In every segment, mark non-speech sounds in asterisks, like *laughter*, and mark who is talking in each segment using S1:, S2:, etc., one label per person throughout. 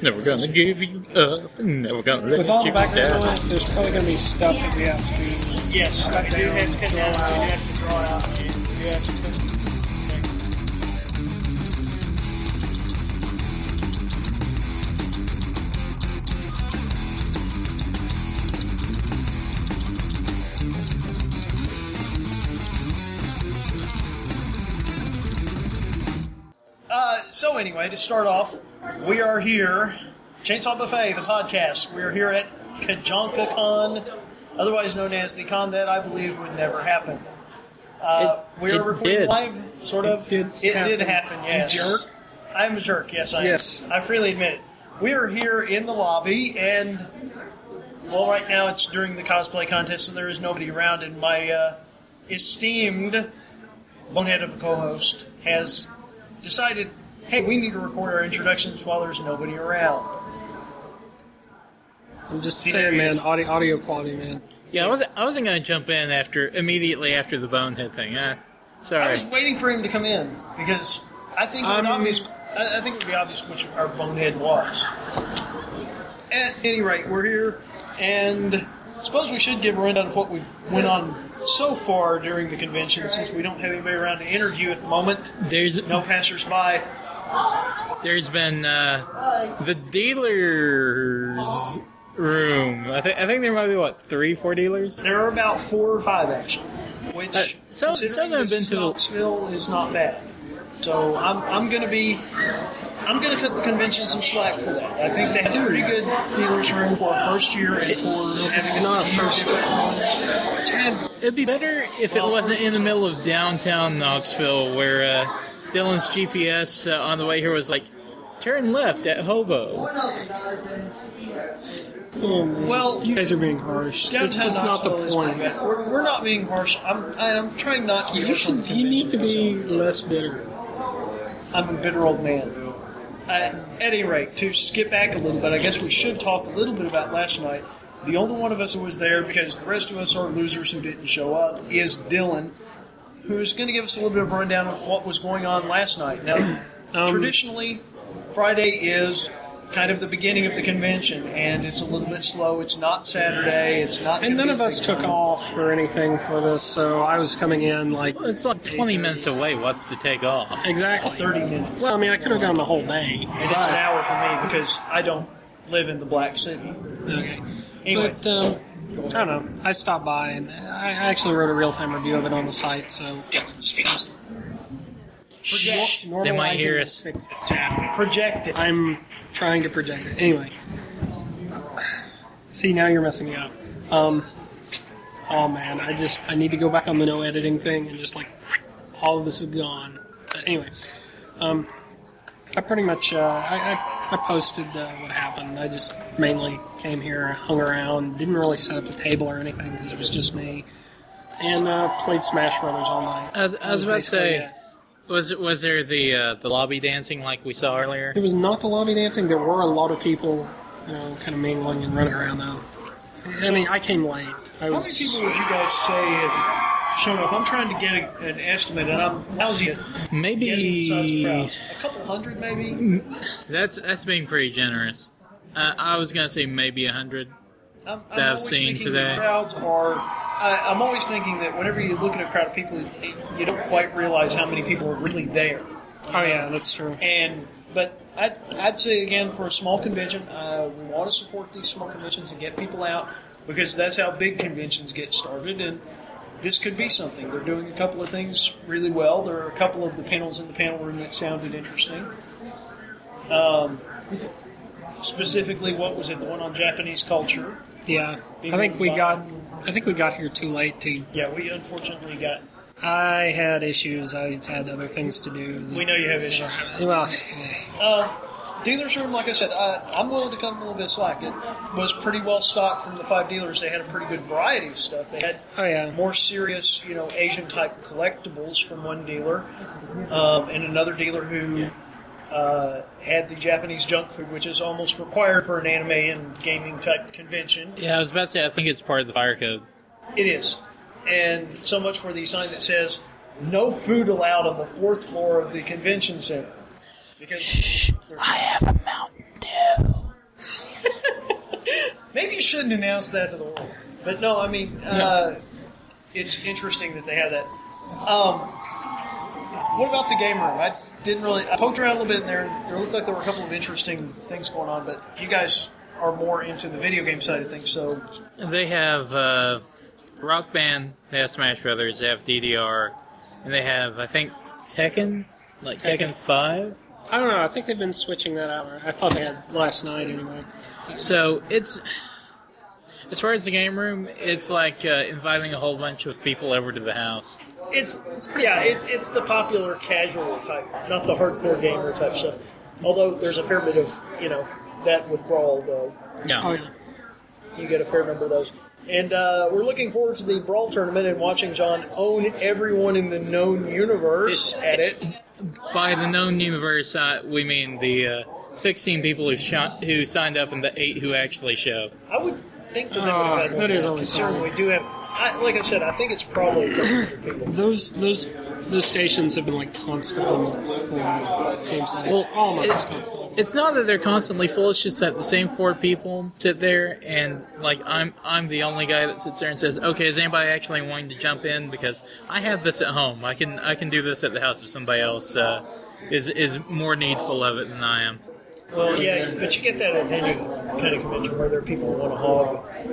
S1: Never gonna give you up. Never gonna let
S2: With all the
S1: you
S2: background
S1: down.
S2: noise, there's probably going to be stuff that we have to
S3: Yes, I do have to cut that out. You have to draw it out. You do have to cut Uh, so anyway, to start off, we are here, Chainsaw Buffet, the podcast. We are here at Kajonka Con, otherwise known as the con that I believe would never happen. Uh,
S1: It-
S3: we are
S1: it
S3: recording
S1: did.
S3: live, sort of.
S2: did
S3: it
S2: happen.
S3: did happen. Yes,
S2: jerk.
S3: I'm a jerk. Yes, I am.
S2: Yes.
S3: I freely admit it. We are here in the lobby, and well, right now it's during the cosplay contest, so there is nobody around, and my uh, esteemed bonehead of a co-host has decided, hey, we need to record our introductions while there's nobody around.
S2: I'm just
S3: See,
S2: saying,
S3: there it
S2: man,
S3: is.
S2: audio, audio quality, man.
S1: Yeah, I wasn't. I wasn't gonna jump in after immediately after the bonehead thing. Ah,
S3: I
S1: sorry.
S3: was waiting for him to come in because I think it
S2: Um,
S3: would obvious. I, I think it would be obvious which our bonehead was. At any rate, we're here, and I suppose we should give a rundown of what we went on so far during the convention, since we don't have anybody around to interview at the moment.
S1: There's
S3: No passersby.
S1: there's been uh, the dealers room. I think I think there might be what three, four dealers.
S3: There are about four or five actually, which
S1: Uh, some-
S3: considering
S1: some of them have
S3: this
S1: been to the-
S3: Knoxville is not bad. So I'm, I'm going to be I'm going to cut the convention some slack for that. I think they had a pretty good dealers room for a first year and for
S2: It's
S3: having
S2: not a
S3: few
S2: first-
S3: different ones.
S1: It'd be better if it
S3: Well,
S1: wasn't
S3: first-
S1: in the middle of downtown Knoxville, where uh, Dylan's GPS uh, on the way here was like, "Turn left at Hobo."
S3: Well,
S2: You guys are being harsh. This
S3: downtown
S2: is not
S3: Knoxville
S2: the
S3: is pretty
S2: point.
S3: bad. We're, we're not being harsh. I'm I'm trying not to be
S2: You
S3: harsh on the
S2: should. You need to
S3: convention
S2: be
S3: itself.
S2: less bitter.
S3: I'm a bitter old man. At any rate, to skip back a little bit, I guess we should talk a little bit about last night. The only one of us who was there, because the rest of us are losers who didn't show up, is Dylan, who's going to give us a little bit of a rundown of what was going on last night. Now,
S2: Um,
S3: traditionally, Friday is kind of the beginning of the convention, and it's a little bit slow. It's not Saturday. It's not.
S2: And none
S3: gonna be
S2: of
S3: a
S2: us
S3: big
S2: took
S3: time.
S2: off or anything for this, so I was coming in like
S1: It's like 20 minutes away. What's to take off?
S2: exactly
S3: thirty minutes.
S2: Well, I mean, I could have gone the whole day.
S3: and it's an hour for me because I don't live in the Black City.
S2: but- Okay.
S3: Anyway.
S2: But um, I don't know. I stopped by and I I actually wrote a real time review of it on the site, so
S3: Dylan, speak up.
S2: Shh,
S1: They might hear
S2: normalizing
S1: us.
S2: will fix it.
S3: Project it.
S2: I'm trying to project it. Anyway. See, now you're messing me up. Um, oh man, I just I need to go back on the no editing thing and just like all of this is gone. But anyway, um, I pretty much uh, I, I I posted uh, what happened. I just mainly came here, hung around, didn't really set up the table or anything because it was just me, and uh, played Smash Brothers all night.
S1: I was- I
S2: That
S1: was about to
S2: basically
S1: say-
S2: it.
S1: Was was there the uh, the lobby dancing like we saw earlier?
S2: It was not the lobby dancing. There were a lot of people, you know, kind of mingling and running around though. I mean, I came late. I
S3: How many
S2: was.
S3: people would you guys say have shown up? I'm trying to get a, an estimate, and I'm lousy at guessing the size of
S1: Maybe
S3: crowds. A couple hundred, maybe.
S1: that's that's being pretty generous. Uh, I was gonna say maybe a hundred.
S3: I'm, I'm
S1: I've
S3: always
S1: seen
S3: thinking
S1: today.
S3: that crowds are. I, I'm always thinking that whenever you look at a crowd of people, you- you don't quite realize how many people are really there.
S2: Oh yeah, that's true.
S3: And but I'd, I'd say again for a small convention, uh, we want to support these small conventions and get people out because that's how big conventions get started. And this could be something. They're doing a couple of things really well. There are a couple of the panels in the panel room that sounded interesting. Um, specifically, what was it? The one on Japanese culture.
S2: Yeah, I think we got. I think we got here too late. To
S3: Yeah, we unfortunately got.
S2: I had issues. I had other things to do.
S3: We know you have issues.
S2: Well,
S3: Uh, dealers room, like I said, I, I'm willing to come a little bit slack. It was pretty well stocked from the five dealers. They had a pretty good variety of stuff. They had
S2: oh yeah.
S3: more serious, you know, Asian type collectibles from one dealer, um, and another dealer who uh, had the Japanese junk food, which is almost required for an anime and gaming type convention.
S1: Yeah, I was about to say I think it's part of the fire code.
S3: It is, and so much for the sign that says "No food allowed on the fourth floor of the convention center." Because
S1: I have a Mountain Dew.
S3: *laughs* shouldn't announce that to the world. But no, I mean, uh, it's interesting that they have that. Um, what about the game room? I didn't really. I poked around a little bit in there. There looked like there were a couple of interesting things going on, but you guys are more into the video game side of things, so
S1: They have uh, Rock Band, they have Smash Brothers, they have DDR, and they have I think Tekken, like Tekken,
S2: Tekken.
S1: Five.
S2: I don't know. I think they've been switching that out. or I thought they had last night anyway.
S1: So it's as far as the game room, it's like uh, inviting a whole bunch of people over to the house.
S3: It's, it's pretty, yeah, it's, it's the popular casual type, not the hardcore gamer type stuff. Although there's a fair bit of you know that with Brawl though,
S1: No,
S2: Oh yeah.
S3: you get a fair number of those. And uh, we're looking forward to the Brawl tournament and watching John own everyone in the known universe at it.
S1: by the known universe, uh, we mean the uh, sixteen people who shot, who signed up and the eight who actually show.
S3: I would think that they would have had
S2: Oh,
S3: more
S2: that is always
S3: considering
S2: fun.
S3: we do have. I, like I said, I think it's probably a couple hundred people.
S2: Those those those stations have been like constantly full. It seems like
S1: Well,
S2: almost
S1: it-
S2: constantly.
S1: It's not that they're constantly full. It's just that the same four people sit there, and like I'm, I'm the only guy that sits there and says, "Okay, is anybody actually wanting to jump in? Because I have this at home. I can, I can do this at the house if somebody else uh, is is more needful of it than I am."
S3: Well, yeah, but you get that at any kind of convention where there are people who want to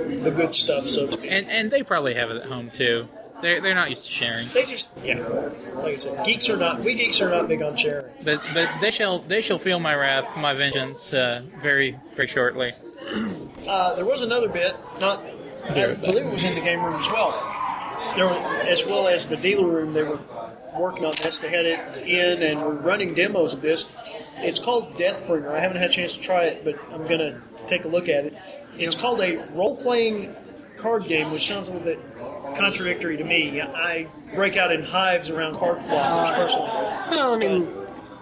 S3: hog the good stuff, so to speak.
S1: And and they probably have it at home too. They're they're not used to sharing.
S3: They just, yeah, like I said, geeks are not, we geeks are not big on sharing.
S1: But but they shall they shall feel my wrath, my vengeance, uh, very very shortly.
S3: Uh, there was another bit, not, I believe it was in the game room as well. There were, as well as the dealer room, they were working on this. They had it in and were running demos of this. It's called Deathbringer. I haven't had a chance to try it, but I'm going to take a look at it. It's called a role playing card game, which sounds a little bit contradictory to me. I break out in hives around card floppers personally.
S2: Well, I mean,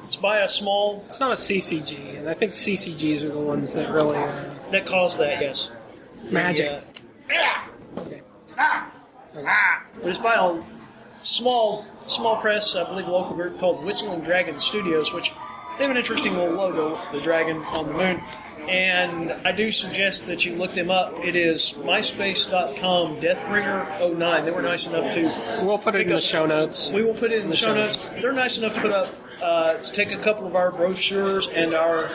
S3: It's by a small,
S2: it's not a CCG, and I think CCGs are the ones that really are
S3: that calls that, yes.
S2: magic.
S3: Yeah.
S2: Okay.
S3: But it's Ah. by a small small press, I believe, a local group called Whistling Dragon Studios, which they have an interesting little logo, the dragon on the moon. And I do suggest that you look them up. It is myspace.com deathbringer09. They were nice enough to.
S2: We'll put it in the show notes.
S3: We will put it in the show notes. They're nice enough to put up uh, to take a couple of our brochures and our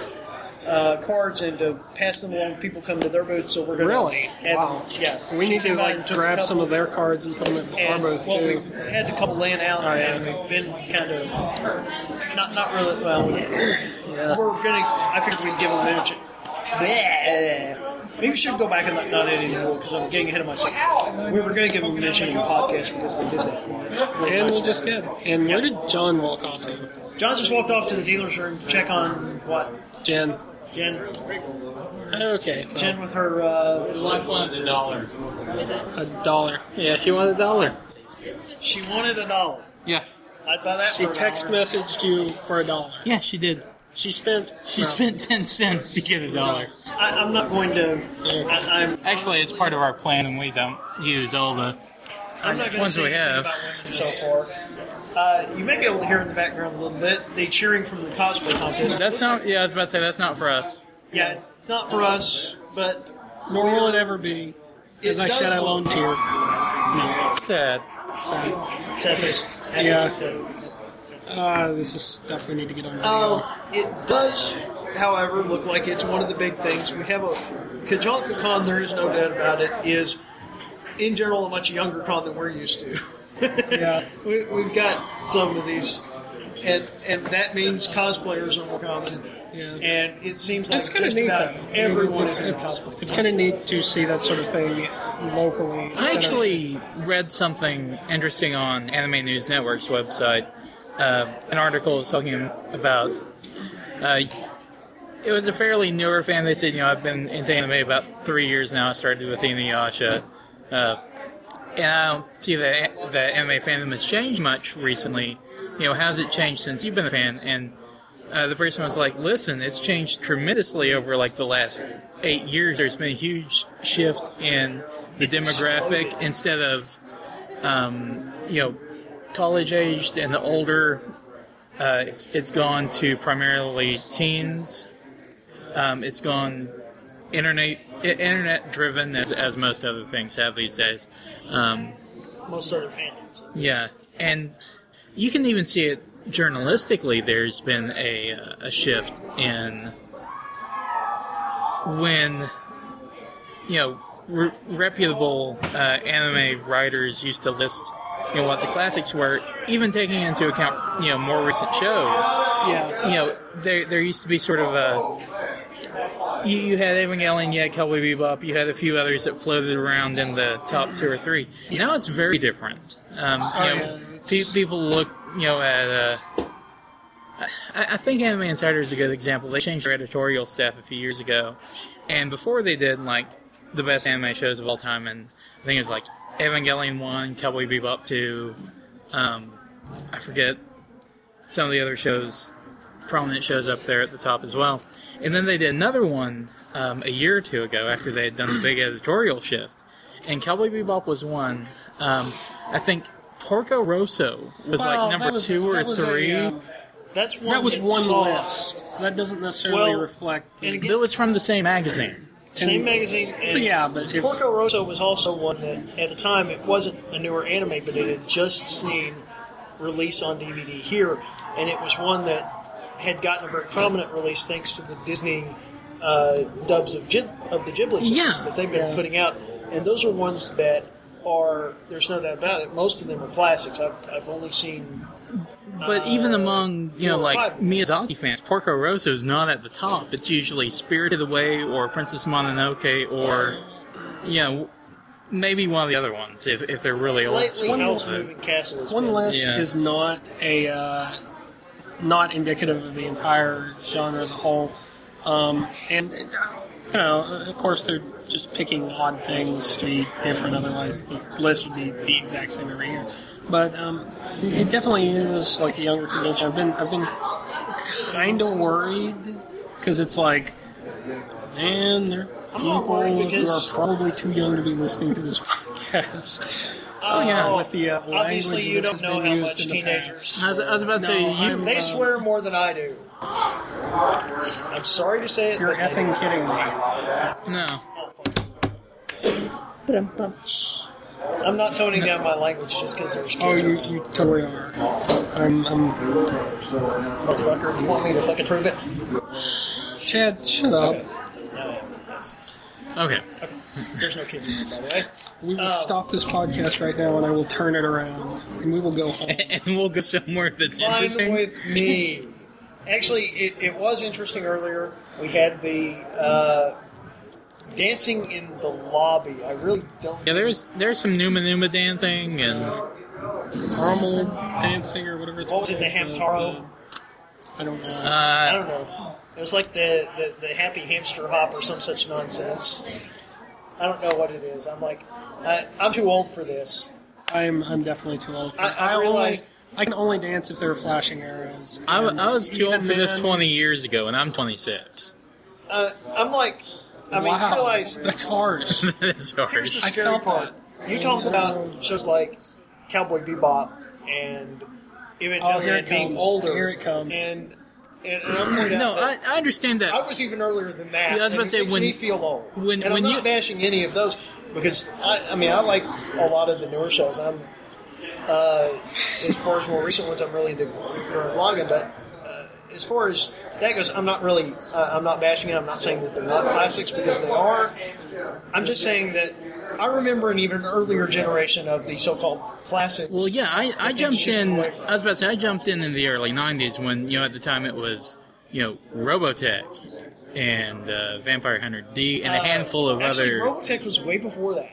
S3: uh, cards and to pass them along. People come to their booth, so we're going to
S2: Really? Wow.
S3: Yeah,
S2: We need to
S3: Combined,
S2: like
S3: took a
S2: grab some
S3: couple-
S2: of their cards and put them at our
S3: and
S2: booth
S3: well,
S2: too.
S3: we've had a couple laying out,
S2: Oh, yeah.
S3: and we've been kind of not not really well.
S2: Yeah.
S3: We're gonna. I figured we'd give them a minute. Maybe we should go back and not, not edit anymore because I'm getting ahead of myself. We were going to give them a mention in the podcast because they did that once. Really
S2: And
S3: nice.
S2: we just did. And where did John walk off to?
S3: John just walked off to the dealer's room to check on what
S2: Jen.
S3: Jen.
S2: Okay.
S3: Jen with her. Uh,
S1: Life wanted a dollar.
S2: A dollar.
S1: Yeah, she wanted a dollar.
S3: she wanted a dollar.
S1: Yeah.
S3: I'd buy that.
S2: She
S3: for a
S2: text
S3: dollar.
S2: messaged you for a dollar.
S1: Yeah, she did.
S2: She spent.
S1: She
S2: well,
S1: spent ten cents to get a dollar.
S3: I, I'm not going to. I, I'm
S1: Actually, it's part of our plan, and we don't use all the.
S3: I'm not going to
S1: Ones
S3: say
S1: we
S3: anything
S1: have.
S3: about women so far. Uh, you may be able to hear in the background a little bit the cheering from the cosplay contest.
S1: That's not. Yeah, I was about to say that's not for us.
S3: yeah, not for us, but
S2: Nor will it ever be. As
S3: It
S2: I
S3: does
S2: shed a
S3: look-
S2: lone tear. No.
S1: Sad.
S2: So,
S3: sad face.
S2: Yeah. uh, this is stuff we need to get on video.
S3: Uh, it does, however, look like it's one of the big things. We have a Kajalka Con. There is no doubt about it. Is in general a much younger con than we're used to. *laughs*
S2: Yeah.
S3: we, we've got some of these, and and that means cosplayers are more common.
S2: Yeah.
S3: And it seems like
S2: It's kind of
S3: just
S2: neat,
S3: about
S2: though.
S3: everyone
S2: it's,
S3: is in
S2: it's,
S3: cosplay.
S2: it's kind of neat to see that sort of thing locally.
S1: I actually read something interesting on Anime News Network's website. Uh, an article was talking about. Uh, it was a fairly newer fan. They said, you know, I've been into anime about three years now. I started with Inuyasha. Uh, and I don't see that the anime fandom has changed much recently. You know, how's it changed since you've been a fan? And uh, the person was like, "Listen, it's changed tremendously over like the last eight years. There's been a huge shift in the demographic.
S3: exploded.
S1: Instead of, um, you know, college aged and the older, uh, it's it's gone to primarily teens. Um, it's gone internet internet driven as, as most other things have these days. Um,
S3: most other fandoms.
S1: yeah, and you can even see it journalistically. There's been a uh, a shift in when you know re- reputable uh, anime writers used to list you know what the classics were, even taking into account you know more recent shows
S2: Yeah.
S1: you know, there there used to be sort of a. You, you had Evangelion, you had Cowboy Bebop, you had a few others that floated around in the top two or three. Now it's very different. Um, you
S2: Oh,
S1: know,
S2: yeah, it's-
S1: pe- people look, you know, at. Uh, I, I think Anime Insider is a good example. They changed their editorial staff a few years ago, and before they did, like the best anime shows of all time, and I think it was like Evangelion one, Cowboy Bebop two, um, I forget some of the other shows prominent shows up there at the top as well. And then they did another one um, a year or two ago after they had done the big editorial shift. And Cowboy Bebop was one. Um, I think Porco Rosso was
S2: Well,
S1: like number
S2: that was-
S1: two or
S2: that was a,
S1: three.
S2: uh,
S3: That's one
S2: that was one
S3: saw.
S2: list. That doesn't necessarily
S3: Well,
S2: reflect.
S3: and again-
S1: That was from the same magazine.
S3: Same magazine. And
S2: Yeah, but if-
S3: Porco Rosso was also one that, at the time, it wasn't a newer anime, but it had just seen release on DVD here, and it was one that had gotten a very prominent release thanks to the Disney uh, dubs of Ghib- of the Ghibli films
S1: Yeah.
S3: that they've been
S2: Yeah.
S3: putting out, and those are ones that are. There's no doubt about it. Most of them are classics. I've I've only seen.
S1: But even among, you know,
S3: four or
S1: like
S3: five.
S1: Miyazaki fans, Porco Rosso is not at the top. It's usually Spirited Away or Princess Mononoke or, you know, maybe one of the other ones if, if they're really old.
S3: Lately,
S1: school.
S3: Howl's
S1: But-
S3: Moving Castle has
S2: one
S3: been-
S2: list
S1: Yeah.
S2: is not a uh, not indicative of the entire genre as a whole. Um, and you know, of course, they're just picking odd things to be different. Otherwise, the list would be the exact same every year. But um, it definitely is like a younger convention. I've been I've been kind of worried because it's like, man, there are
S3: I'm not
S2: people
S3: worried
S2: who are
S3: because-
S2: probably too young to be listening to this *laughs* podcast.
S3: Oh,
S1: yeah.
S2: With the, uh,
S3: obviously
S2: language that
S3: you don't
S2: has
S3: know
S2: been
S3: how
S2: used
S3: much
S2: in the
S3: teenagers.
S1: I was, I was about to
S2: No,
S1: say, you,
S2: I'm-
S3: They
S2: Uh,
S3: swear more than I do. I'm sorry to say it.
S2: You're
S3: but they-
S2: effing kidding me.
S1: no.
S3: Oh, fuck. I'm not toning down my language just because there's kids.
S2: Oh, you,
S3: around.
S2: you totally are. I'm, I'm...
S3: motherfucker! You want me to fucking prove it?
S2: Chad, shut up.
S3: No, yeah, yes.
S1: Okay.
S3: There's no kids in here, by
S2: *laughs*
S3: the way.
S2: We will
S3: Oh.
S2: stop this podcast right now and I will turn it around and we will go home.
S1: *laughs* and we'll go somewhere that's
S3: Fine
S1: interesting.
S3: with me. Actually, it, it was interesting earlier. We had the uh, dancing in the lobby. I really don't.
S1: yeah, there's there's some Numa Numa dancing and
S2: Caramel dancing or whatever it's
S3: What was
S2: called.
S3: it, the Hamtaro?
S2: Uh, I don't know.
S3: I
S1: uh,
S3: don't know. It was like the, the, the happy hamster hop or some such nonsense. I don't know what it is. I'm like, I, I'm too old for this.
S2: I'm, I'm definitely too old. For
S3: I-
S2: it.
S3: I realized-
S2: only, I can only dance if there are flashing arrows.
S1: I, w-
S2: And
S1: I was too old
S2: even
S1: for this
S2: then-
S1: 20 years ago, and I'm 26.
S3: Uh, I'm like, I mean,
S2: wow,
S3: you realize
S2: that's harsh.
S1: *laughs* that's
S3: here's
S1: harsh.
S3: the
S2: I
S3: scary
S2: felt
S3: part. You talk about shows like Cowboy Bebop and
S2: Oh, here
S3: Evangelion
S2: it
S3: being
S2: comes.
S3: older.
S2: Here it comes.
S3: And, and, and
S1: *laughs*
S3: I'm pointing
S1: No,
S3: out that-
S1: I, I understand
S3: I
S1: that.
S3: was even earlier than that.
S1: Yeah, I was about
S3: and
S1: to say,
S3: it makes
S1: when-
S3: me feel old.
S1: when-
S3: and
S1: when
S3: I'm not
S1: you-
S3: bashing any of those because I, I mean I like a lot of the newer shows. I'm uh, as far as more recent ones, I'm really into Gurren Lagann, but uh, as far as that goes, I'm not really uh, I'm not bashing it. I'm not saying that they're not classics because they are. I'm just saying that I remember an even earlier generation of the so-called classics.
S1: Well, yeah, I, I
S3: They
S1: jumped
S3: shifted
S1: in.
S3: away from it.
S1: I was about to say I jumped in in the early 90s when you know at the time it was you know Robotech and uh, Vampire Hunter D and a handful of
S3: Uh,
S1: other
S3: Actually, Robotech was way before that.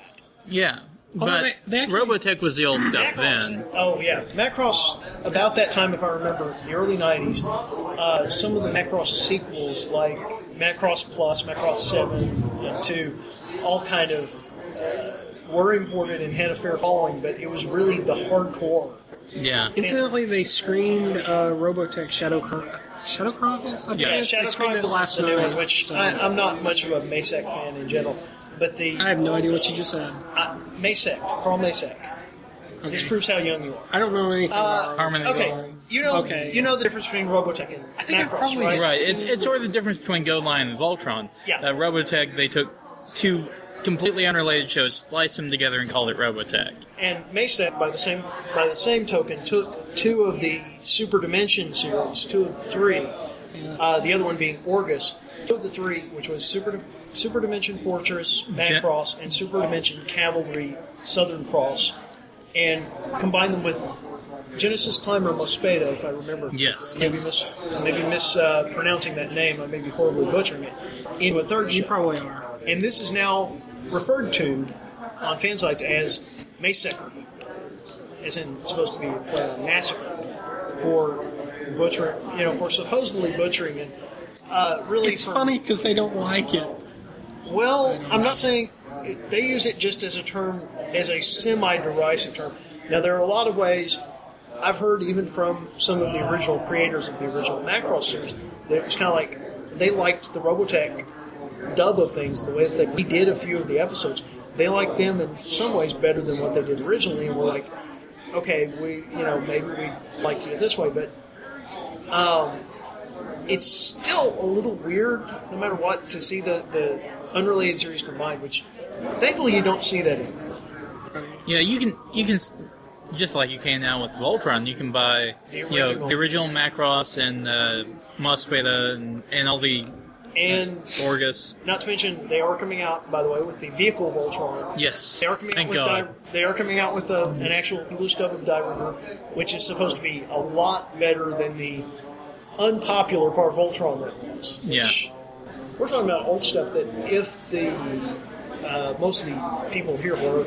S1: yeah.
S2: Although
S1: But
S2: they- they actually-
S1: Robotech was the old stuff
S3: Macross-
S1: then.
S3: Oh yeah, Macross. About that time, if I remember, the early '90s. Uh, some of the Macross sequels, like Macross Plus, Macross Seven, and Two, all kind of uh, were imported and had a fair following. But it was really the hardcore.
S1: Yeah.
S2: Incidentally, they screened uh, Robotech Shadow Chron- Shadow Chronicles. I think
S1: Yeah,
S2: it
S3: Yeah,
S2: is.
S3: Shadow
S2: they screened
S3: Chronicles
S2: it
S3: is
S2: last
S3: the new
S2: night,
S3: one, which uh,
S2: so-
S3: I, I'm not much of a Masek fan in general. But the
S2: I have no idea what you just said.
S3: uh, Masek, Carl Masek. This
S2: Okay.
S3: proves how young you are.
S2: I don't know anything.
S3: Uh,
S2: about
S1: Harmony.
S2: Robotech.
S3: Okay, You know,
S2: Okay.
S3: you know the difference between Robotech and
S2: think I've
S3: Macross,
S2: probably
S3: right?
S2: seen-
S1: Right. It's it's sort of the difference between Go Line and Voltron.
S3: Yeah.
S1: Uh, Robotech, they took two completely unrelated shows, spliced them together, and called it Robotech.
S3: And Mesa, by the same by the same token, took two of the Super Dimension series, two of the three, uh, the other one being Orgus, two of the three, which was Super Super Dimension Fortress, Macross, and Super Dimension Cavalry, Southern Cross, and combined them with Genesis Climber Mospeda, if I remember.
S1: Yes.
S3: Maybe mis maybe mispronouncing that name. I may be horribly butchering it. Into a third
S2: You
S3: show.
S2: probably are.
S3: And this is now referred to on fan sites as Massacre, as in it's supposed to be a play on massacre for butchering, you know, for supposedly butchering it. Uh, really,
S2: It's
S3: for-
S2: funny because they don't like it.
S3: Well, I'm not saying it, they use it just as a term, as a semi-derisive term. Now there are a lot of ways. I've heard even from some of the original creators of the original Macross series that it was kind of like they liked the Robotech dub of things, the way that we did a few of the episodes, they liked them in some ways better than what they did originally, and we're like, okay, we you know maybe we like to do it this way, but um, it's still a little weird, no matter what, to see the the unrelated series combined, which thankfully you don't see that anymore.
S1: Yeah, you can you can s- just like you can now with Voltron, you can buy
S3: The
S1: you know
S3: original.
S1: the original Macross and uh, Mospeda and, and all the
S3: And
S1: Orgus.
S3: not to mention, they are coming out, by the way, with the vehicle Voltron.
S1: Yes.
S3: They are coming
S1: Thank
S3: out with uh,
S1: God.
S3: Di- they are coming out with uh an actual English dub of Die Runner, which is supposed to be a lot better than the unpopular part of Voltron that was. which- We're talking about old stuff that if the uh, most of the people here were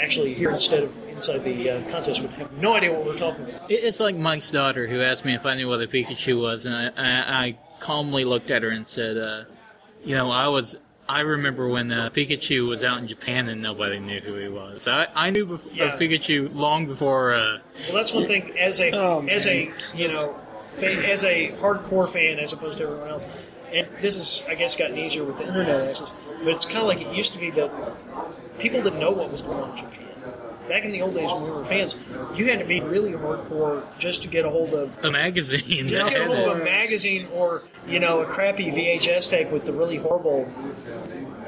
S3: actually here instead of inside the uh, contest would have no idea what we're talking about.
S1: It- It's like Mike's daughter who asked me if I knew what a Pikachu was, and I, I, I calmly looked at her and said, uh, "You know, I was. I remember when uh, Pikachu was out in Japan and nobody knew who he was. I, I knew bef-
S3: Yeah.
S1: of Pikachu long before. Uh,
S3: Well, that's one thing as a
S2: Oh,
S3: as a you know fa- as a hardcore fan as opposed to everyone else. And this is, I guess, gotten easier with the internet access, but it's kind of like it used to be that people didn't know what was going on in Japan. Back in the old days when we were fans, you had to be really hardcore just to get a hold of
S1: a magazine.
S3: Just
S1: *laughs* that
S3: get a
S1: had
S3: hold
S1: it.
S3: of a magazine or, you know, a crappy VHS tape with the really horrible,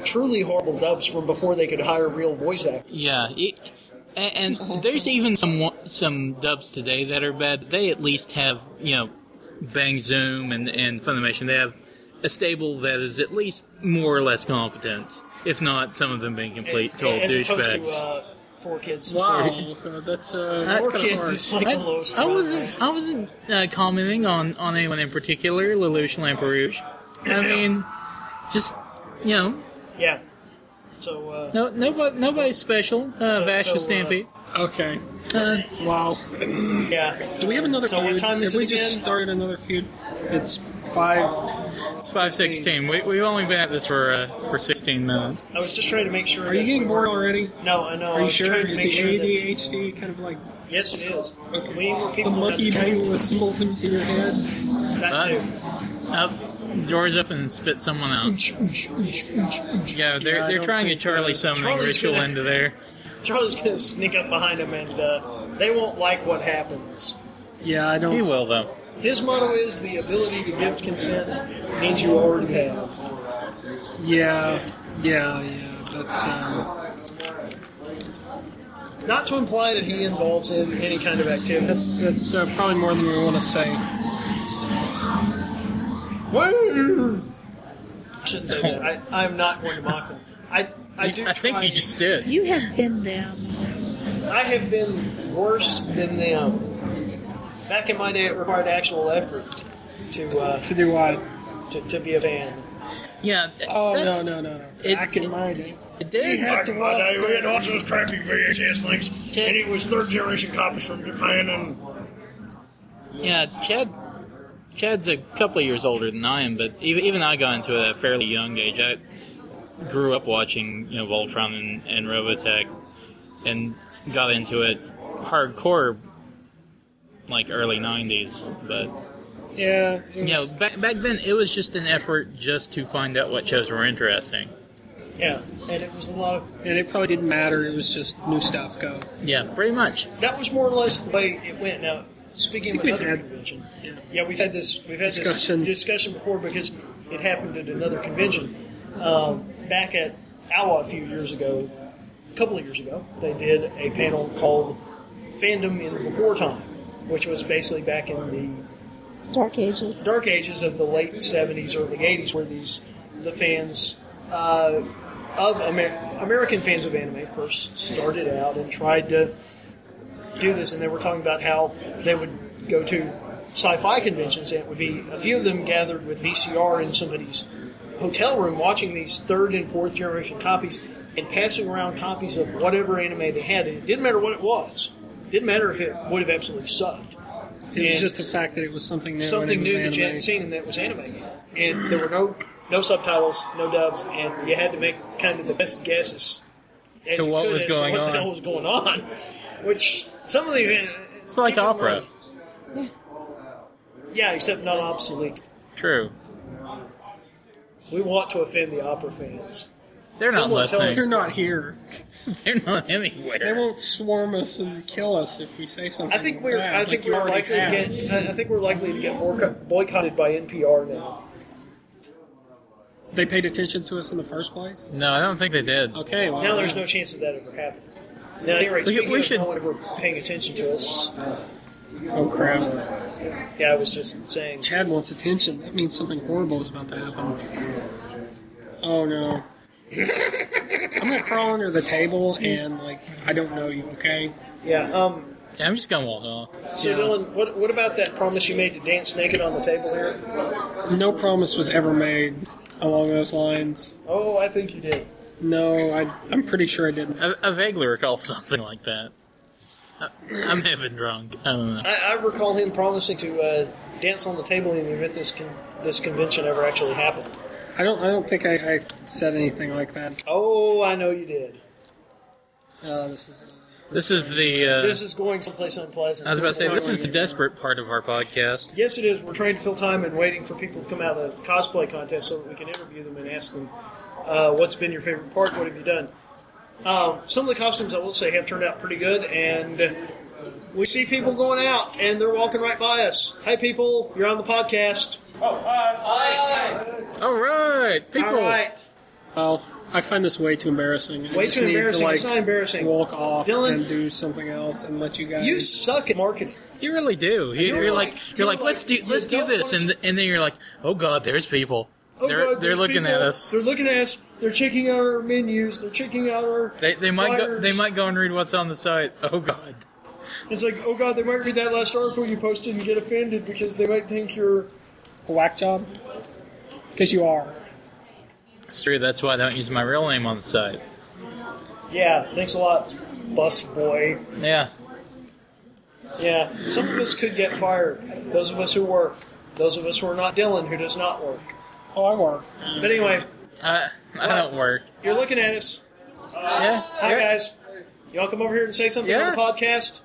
S3: truly horrible dubs from before they could hire real voice actors.
S1: Yeah, it, and, and there's even some wa- some dubs today that are bad. They at least have you know, Bang Zoom and and Funimation. They have a stable that is at least more or less competent, if not some of them being complete total
S3: As opposed to
S1: douchebags.
S3: uh, Four Kids.
S2: Wow, uh, that's uh,
S1: That's
S2: that's
S3: Four
S2: kind of
S3: Kids
S2: hard.
S3: is like
S1: I,
S3: the lowest.
S1: I
S3: amount,
S1: wasn't
S3: right?
S1: I wasn't uh, commenting on on anyone in particular, Lelouch Lamperouge. I mean, just you know,
S3: Yeah. So, uh,
S1: no nobody nobody's special. Uh,
S3: So-
S1: Vash
S3: so,
S1: the
S3: uh,
S1: Stampy.
S2: Okay,
S1: Uh,
S2: wow.
S3: yeah.
S2: Do we have another
S3: So what
S2: feud?
S3: time is
S2: Have
S3: it
S2: we just
S3: again?
S2: started another feud? It's five.
S1: It's five sixteen. We, we've only been at this for uh, for sixteen minutes.
S3: I was just trying to make sure.
S2: Are you
S3: that-
S2: getting bored already?
S3: No, I know.
S2: Are
S3: I
S2: you
S3: was
S2: sure?
S3: trying to
S2: Is the
S3: make sure that.
S2: ADHD kind of like
S3: Yes, it is.
S2: Okay.
S3: We need more
S2: the
S3: people.
S2: monkey
S3: that,
S2: banging the symbols into your
S3: *laughs*
S2: head?
S1: Uh,
S3: that too.
S1: Up, doors up and spit someone out. Yeah, they're
S2: Yeah, I
S1: they're
S2: don't
S1: trying a
S2: think,
S1: Charlie
S2: uh,
S1: summoning
S3: Charlie's
S1: ritual
S3: gonna-
S1: into there.
S3: Charlie's going to sneak up behind him and uh, they won't like what happens.
S2: Yeah, I
S1: He
S2: don't.
S1: will though.
S3: His motto is the ability to give consent means you already have.
S2: Yeah, yeah, yeah. That's um,
S3: Not to imply that he involves in any kind
S2: *laughs*
S3: of activity.
S2: that's that's uh, probably more than we want to say.
S3: Woo! I shouldn't say that. I, I'm not going to mock him. I, I do.
S1: I think
S3: try-
S1: you just did.
S4: You have been them.
S3: I have been worse than them. Back in my day, it required actual effort to uh,
S2: To do what?
S3: to, to be a fan.
S1: Yeah.
S2: Oh
S1: that's-
S2: no, no, no, no.
S1: it-
S2: Back in my day.
S1: It did.
S5: Back in my day, Uh, we had all those crappy VHS links, and it was third generation copies from Japan, and
S1: Yeah, Chad. Chad's a couple of years older than I am, but even even I got into it at a fairly young age. I grew up watching you know Voltron and, and Robotech, and got into it hardcore like early '90s. But
S2: Yeah. it
S1: you know,
S2: was-
S1: back back then it was just an effort just to find out what shows were interesting.
S3: Yeah, and it was a lot of.
S2: and it probably didn't matter. It was just new stuff. Go.
S1: Yeah, pretty much.
S3: That was more or less the way it went. Now, Speaking of
S2: we've
S3: another
S2: had-
S3: convention,
S2: Yeah.
S3: yeah, we've had this we've had
S2: Discussion.
S3: this discussion before because it happened at another convention. Um, back at AWA a few years ago, a couple of years ago, they did a panel called "Fandom in the Before Time," which was basically back in the
S4: Dark Ages.
S3: dark ages of the late 70s, early 80s, where these the fans uh, of Amer- American fans of anime first started out and tried to do this, and they were talking about how they would go to sci-fi conventions, and it would be a few of them gathered with VCR in somebody's hotel room, watching these third and fourth generation copies, and passing around copies of whatever anime they had, and it didn't matter what it was. Didn't matter if it would have absolutely sucked
S2: It was
S3: And-
S2: just the fact that it was something new.
S3: something
S2: and it
S3: new
S2: was
S3: that you
S2: anime.
S3: hadn't seen and that was anime. And there were no no subtitles, no dubs, and you had to make kind of the best guesses as
S1: To
S3: you
S1: what
S3: could
S1: was
S3: as to
S1: going
S3: what
S1: on.
S3: the hell was going on. Which some of these
S1: It's like opera.
S3: Yeah, except not obsolete.
S1: True.
S3: We want to offend the opera fans.
S1: They're not
S3: Someone tell us-
S2: They're
S1: listening.
S2: not here.
S1: *laughs* They're not
S2: They
S1: anywhere.
S2: won't swarm us and kill us if we say something.
S3: I think
S2: like
S3: we're
S2: that,
S3: I
S2: like
S3: think
S2: you
S3: we're
S2: already
S3: likely
S2: have.
S3: to get I I think we're likely to get boyco- boycotted by NPR now.
S2: They paid attention to us in the first place.
S1: No, I don't think they did.
S2: Okay. Well,
S3: Now there's
S2: yeah.
S3: no chance that that ever happened. Now, at any rate,
S1: Look,
S3: speaking
S1: we
S3: of
S1: should-
S3: no one ever paying attention to us.
S2: Oh crap!
S3: Yeah, I was just saying.
S2: Chad wants attention. That means something horrible is about to happen. Oh no! I'm gonna crawl under the table and like I don't know you. Okay.
S3: Yeah. Um.
S1: Yeah, I'm just gonna walk off.
S3: So
S2: Yeah.
S3: Dylan, what what about that promise you made to dance naked on the table here?
S2: No promise was ever made along those lines.
S3: Oh, I think you did.
S2: No, I, I'm pretty sure I didn't.
S1: I, I vaguely recall something like that. I, I may have been drunk. I don't know.
S3: I, I recall him promising to uh, dance on the table in the event this con- this convention ever actually happened.
S2: I don't. I don't think I, I said anything like that.
S3: Oh, I know you did.
S2: Uh, this is.
S1: This is the. Uh,
S3: This is going someplace unpleasant.
S1: I was about to say
S3: going-
S1: this is the desperate part of our podcast.
S3: Yes, it is. We're trying to fill time and waiting for people to come out of the cosplay contest so that we can interview them and ask them, uh, "What's been your favorite part? What have you done?" Um, some of the costumes, I will say, have turned out pretty good, and we see people going out and they're walking right by us. Hey, people, you're on the podcast.
S6: Oh,
S1: All right, people.
S3: All right,
S2: Oh, I find this way too embarrassing. I
S3: Way
S2: just
S3: too
S2: need
S3: embarrassing.
S2: To, like,
S3: It's not embarrassing.
S2: Walk off
S3: Dylan-
S2: and do something else and let you guys.
S3: you suck at marketing.
S1: You really do. You,
S3: You're
S1: you're, like,
S3: like-
S1: you're
S3: you're
S1: like let's do
S3: like,
S1: let's
S3: you
S1: do
S3: don't
S1: this, and
S3: wanna-
S1: th- and then you're like oh god, there's people.
S3: Oh,
S1: they're
S3: God,
S1: they're
S3: there's
S1: looking at
S3: people.
S1: us.
S3: They're looking at us. They're checking out our menus. They're checking out our.
S1: They, they might go,
S3: flyers.
S1: they might go and read what's on the site. Oh god.
S3: It's like, oh god, they might read that last article you posted and get offended because they might think you're.
S2: a whack job because you are.
S1: It's true. That's why I don't use my real name on the site.
S3: Yeah, thanks a lot, bus boy.
S1: Yeah.
S3: Yeah, some of us could get fired. Those of us who work. Those of us who are not Dylan, who does not work.
S2: Oh, I work.
S3: But anyway,
S1: I I don't work.
S3: you're looking at us.
S1: Yeah.
S3: Hi, guys. You want to come over here and say something
S1: Yeah.
S3: on the podcast?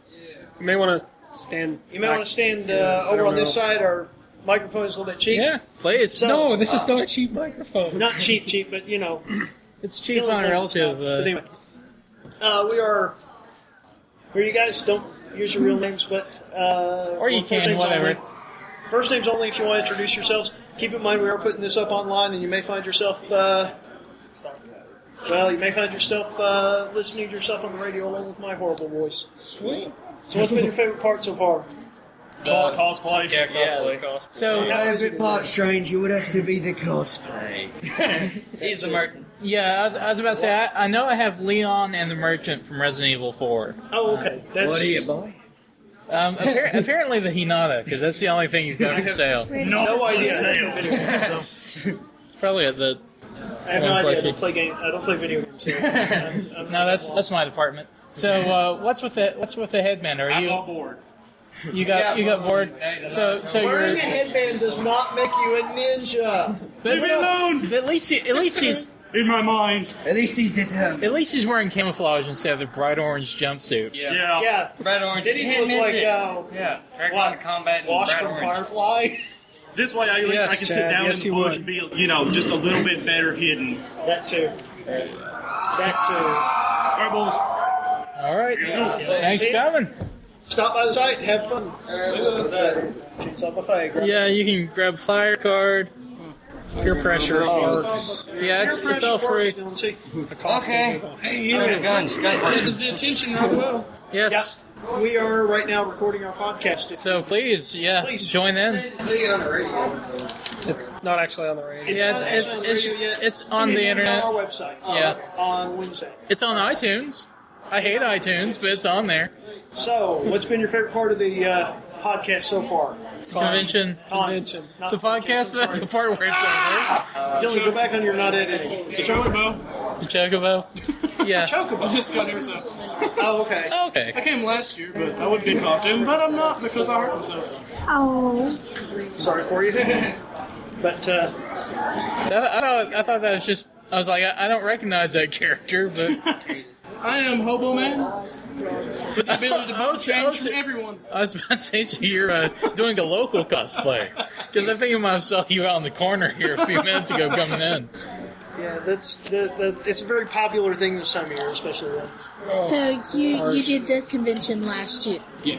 S2: You may want to stand.
S3: You may
S2: back.
S3: want to stand
S2: Yeah,
S3: uh,
S2: I
S3: over
S2: don't
S3: on this
S2: know.
S3: side. Our microphone is a little bit cheap.
S1: Yeah. Please.
S3: So-
S2: No, this is not a cheap microphone.
S3: Not cheap, cheap, but you know.
S1: it's cheap on a relative.
S3: But
S1: Uh,
S3: anyway, uh, we are. Where you guys don't use your real names, but uh,
S1: Or you
S3: well, first
S1: can,
S3: names
S1: whatever.
S3: Only. First names only if you want to introduce yourselves. Keep in mind we are putting this up online, and you may find yourself. Uh, well, you may find yourself uh, listening to yourself on the radio along with my horrible voice.
S2: Sweet.
S3: So, what's been your favorite part so far?
S5: Call, cosplay. Yeah,
S1: uh, so
S7: No, if it part strange, it would have to be the cosplay.
S6: He's the Merton.
S1: yeah, I was, I was about to say I, I know I have Leon and the Merchant from Resident Evil Four.
S3: Oh, okay. That's
S7: Uh, What do you buy?
S1: Um, appar- apparently the Hinata, because that's the only thing you've got for sale.
S3: no
S7: *laughs*
S3: idea.
S1: Probably at the
S3: I have no idea. I don't play game. I don't play video games. so I'm- I'm-
S1: no, that's that's my department. So uh, what's with the what's with the headband? Are
S5: I'm
S1: you
S5: on board.
S1: you got you got bored? So so
S3: Wearing
S1: you're
S3: a headband does not make you a ninja.
S1: but,
S5: Leave me alone!
S1: at least he, at least he's
S5: In my mind.
S7: At least he's determined.
S1: at least he's wearing camouflage instead of the bright orange jumpsuit.
S6: Yeah.
S5: Yeah.
S3: Yeah.
S6: Red Orange.
S3: Did he look
S6: miss
S3: like
S6: it.
S3: uh,
S6: yeah. Dragon
S3: what?
S6: Combat and
S3: Wash
S6: Red
S3: from
S6: Orange.
S3: Firefly? *laughs*
S5: This way I, at least
S2: Yes,
S5: I can sit
S2: Chad,
S5: down
S2: yes,
S5: in
S2: you
S5: the bush
S2: would.
S5: and be, you know, just a little bit better hidden.
S3: that too. That
S5: All right, boys.
S1: All right,
S5: Yeah.
S1: thanks
S3: See?
S1: for coming.
S3: too. Stop by the site, have fun. Chainsaw buffet. grab-
S1: Yeah, you can grab flyer card, peer pressure. Yeah, it's,
S3: Peer
S1: it's all
S3: pressure
S1: free.
S3: works, don't see.
S6: Okay.
S5: Hey, you.
S6: Guns, gun.
S2: Is the attention not low?
S1: Yes.
S3: Yeah. We are right now recording our podcast.
S1: So please, yeah,
S3: Please.
S1: join in.
S2: It's not actually on the radio.
S3: It's
S1: Yeah,
S3: not
S1: it's
S3: actually
S1: it's
S3: on the
S1: it's,
S3: radio
S1: just,
S3: yet.
S1: it's on
S3: It's
S1: the internet.
S3: on our website. uh,
S1: Yeah.
S3: On Wednesday.
S1: It's on iTunes. I hate iTunes, but it's on there.
S3: So, what's been your favorite part of the uh, podcast so far?
S1: Convention.
S3: Con.
S2: Convention.
S3: Not
S1: The podcast,
S3: I'm
S1: that's
S3: sorry.
S1: the part where it's
S5: Ah!
S1: on
S3: Dylan, go back on your not editing.
S5: Chocobo.
S1: there. The
S5: *laughs*
S1: Chocobo. Yeah.
S3: Chocobo.
S5: Just got here, so.
S3: *laughs* Oh, okay.
S5: I
S1: Okay.
S5: came last year, but I would be called in, but I'm not because I hurt myself.
S4: Oh,
S3: Sorry for you. But uh,
S1: I, I, thought, I thought that was just. I was like, I, I don't recognize that character, but
S5: *laughs* I am Hobo Man. With the ability
S1: I
S5: to
S1: was- I
S5: change
S1: was-
S5: from everyone.
S1: I was about to say so you're uh, doing a local cosplay. Because I figured I saw you out in the corner here a few minutes ago coming in.
S3: yeah, that's the, the, it's a very popular thing this time of year, especially then.
S4: so you you did this convention last year?
S5: Yeah.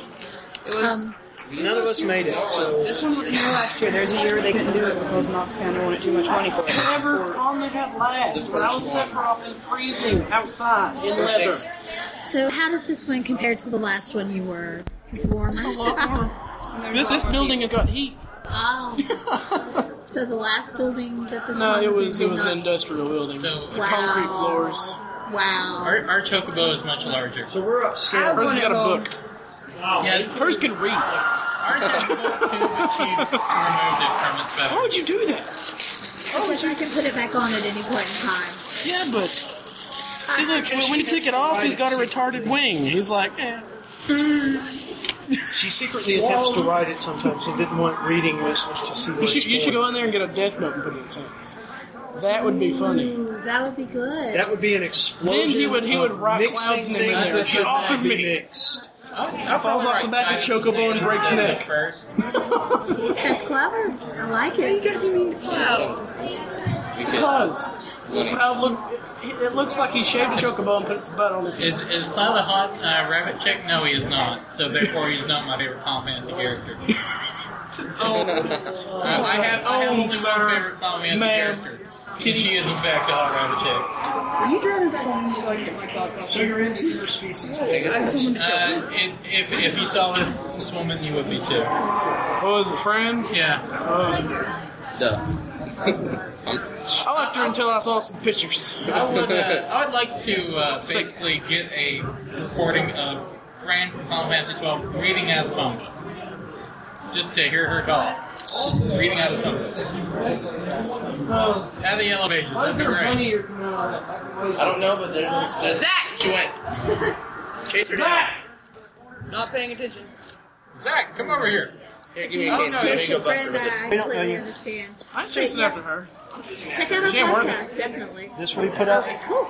S4: Um,
S3: None of us made it, so
S8: This one was new last year. There's a year they couldn't do it because Noxander wanted too much money for it.
S9: Never on the head last when I was Sephiroth and freezing outside in leather.
S4: so how does this one compare to the last one you were? It's warmer.
S5: This this building has got heat.
S4: oh. So the last building that this
S5: No,
S4: one
S5: it
S4: in
S5: was it
S4: did
S5: was an
S4: not-
S5: industrial building.
S1: So
S4: wow.
S5: concrete floors.
S4: Wow.
S1: our, our Chocobo is much larger.
S3: so we're upscale.
S5: Hers has got a book.
S1: Yeah, it's,
S5: Hers can read. Why
S1: ours has *laughs* both too, but she removed it from its bed.
S5: would you do that?
S4: Which I can put it back on at any point in time.
S5: Yeah, but see, look, when, when you take it off, he's got a retarded wing. He's like, eh.
S3: She secretly attempts to ride it sometimes. She didn't want reading listeners to see what
S5: You should,
S3: it's
S5: you should
S3: for.
S5: go in there and get a death note and put it in sentence. That would be funny.
S4: Ooh, that would be good.
S3: That would be an explosion.
S5: Then he would- he would
S3: of
S5: rock
S3: mixing
S5: clouds in the
S3: things
S5: mess.
S3: that
S5: Get
S3: should
S5: off
S3: not
S5: of
S3: be
S5: me.
S3: Mixed.
S5: I falls off the back of Chocobo and breaks neck.
S1: First.
S4: That's clever. I like it.
S5: Because Cloud look, it- it looks like he shaved a Chocobo and put its butt on his head.
S1: Is is Cloud a hot uh, rabbit chick? No, he is not. So therefore, he's not my favorite Tom Hanks character. *laughs* oh, I have, I have
S5: Oh,
S1: only one
S5: sir.
S1: favorite Tom Hanks
S5: Mayor.
S1: character. And she is in fact a hot rabbit
S3: So you're into interspecies.
S1: chick. Uh, it, if if you saw this this woman, you would be too.
S5: Oh, is it friend?
S1: Yeah.
S5: I liked her until I saw some pictures.
S1: I would.
S8: *laughs*
S1: Uh, I would like to uh, basically get a recording of Fran from Tom Hanks at twelve reading out of the phone, just to hear her call, reading out of the phone, out of the yellow pages. That'd be great.
S6: I don't know, but there's there's- She went. Chase her down.
S8: Not paying attention.
S1: Zach, come over here.
S6: Here, give me
S4: I
S6: a
S4: don't
S6: kiss.
S4: know.
S6: Let
S4: Oh, It's your
S6: me go bust
S4: friend
S6: her with
S4: that I completely understand.
S5: I'm chasing after her.
S4: Check out our
S5: She ain't working.
S4: podcast, definitely.
S3: This we put up.
S4: Cool.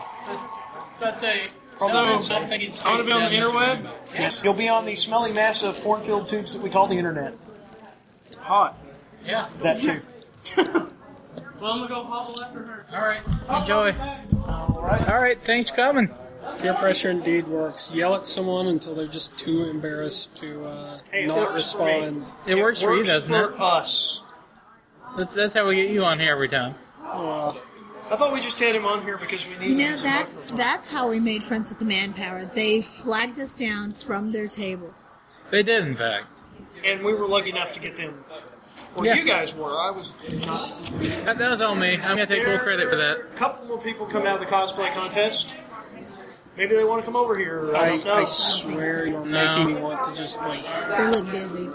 S1: Let's say.
S5: So,
S1: don't think it's
S5: I want to be on the interweb.
S3: Yes, you'll be on the smelly mass of cornfield tubes that we call the internet.
S5: Hot.
S1: Yeah.
S3: That too.
S5: Well, I'm gonna go hobble after her.
S1: All right. Enjoy. All right. Thanks for coming.
S2: Peer pressure indeed works. Yell at someone until they're just too embarrassed to uh,
S3: Hey, it
S2: not
S3: works for me.
S2: respond.
S1: It, works, for you, doesn't
S3: for
S1: it?
S3: us.
S1: That's, that's how we get you on here every time.
S2: Uh,
S3: I thought we just had him on here because we needed
S4: You know,
S3: him.
S4: that's that's how we made friends with the manpower. They flagged us down from their table.
S1: They did, in fact.
S3: and we were lucky enough to get them. Well,
S1: Yeah.
S3: you guys were. I was.
S1: That, that was all me. I'm gonna take full credit for that.
S3: A couple more people coming out of the cosplay contest. Maybe they want to come over here. I,
S2: I,
S3: don't know.
S2: I swear you're
S1: No.
S2: making me want to just like
S4: They look busy.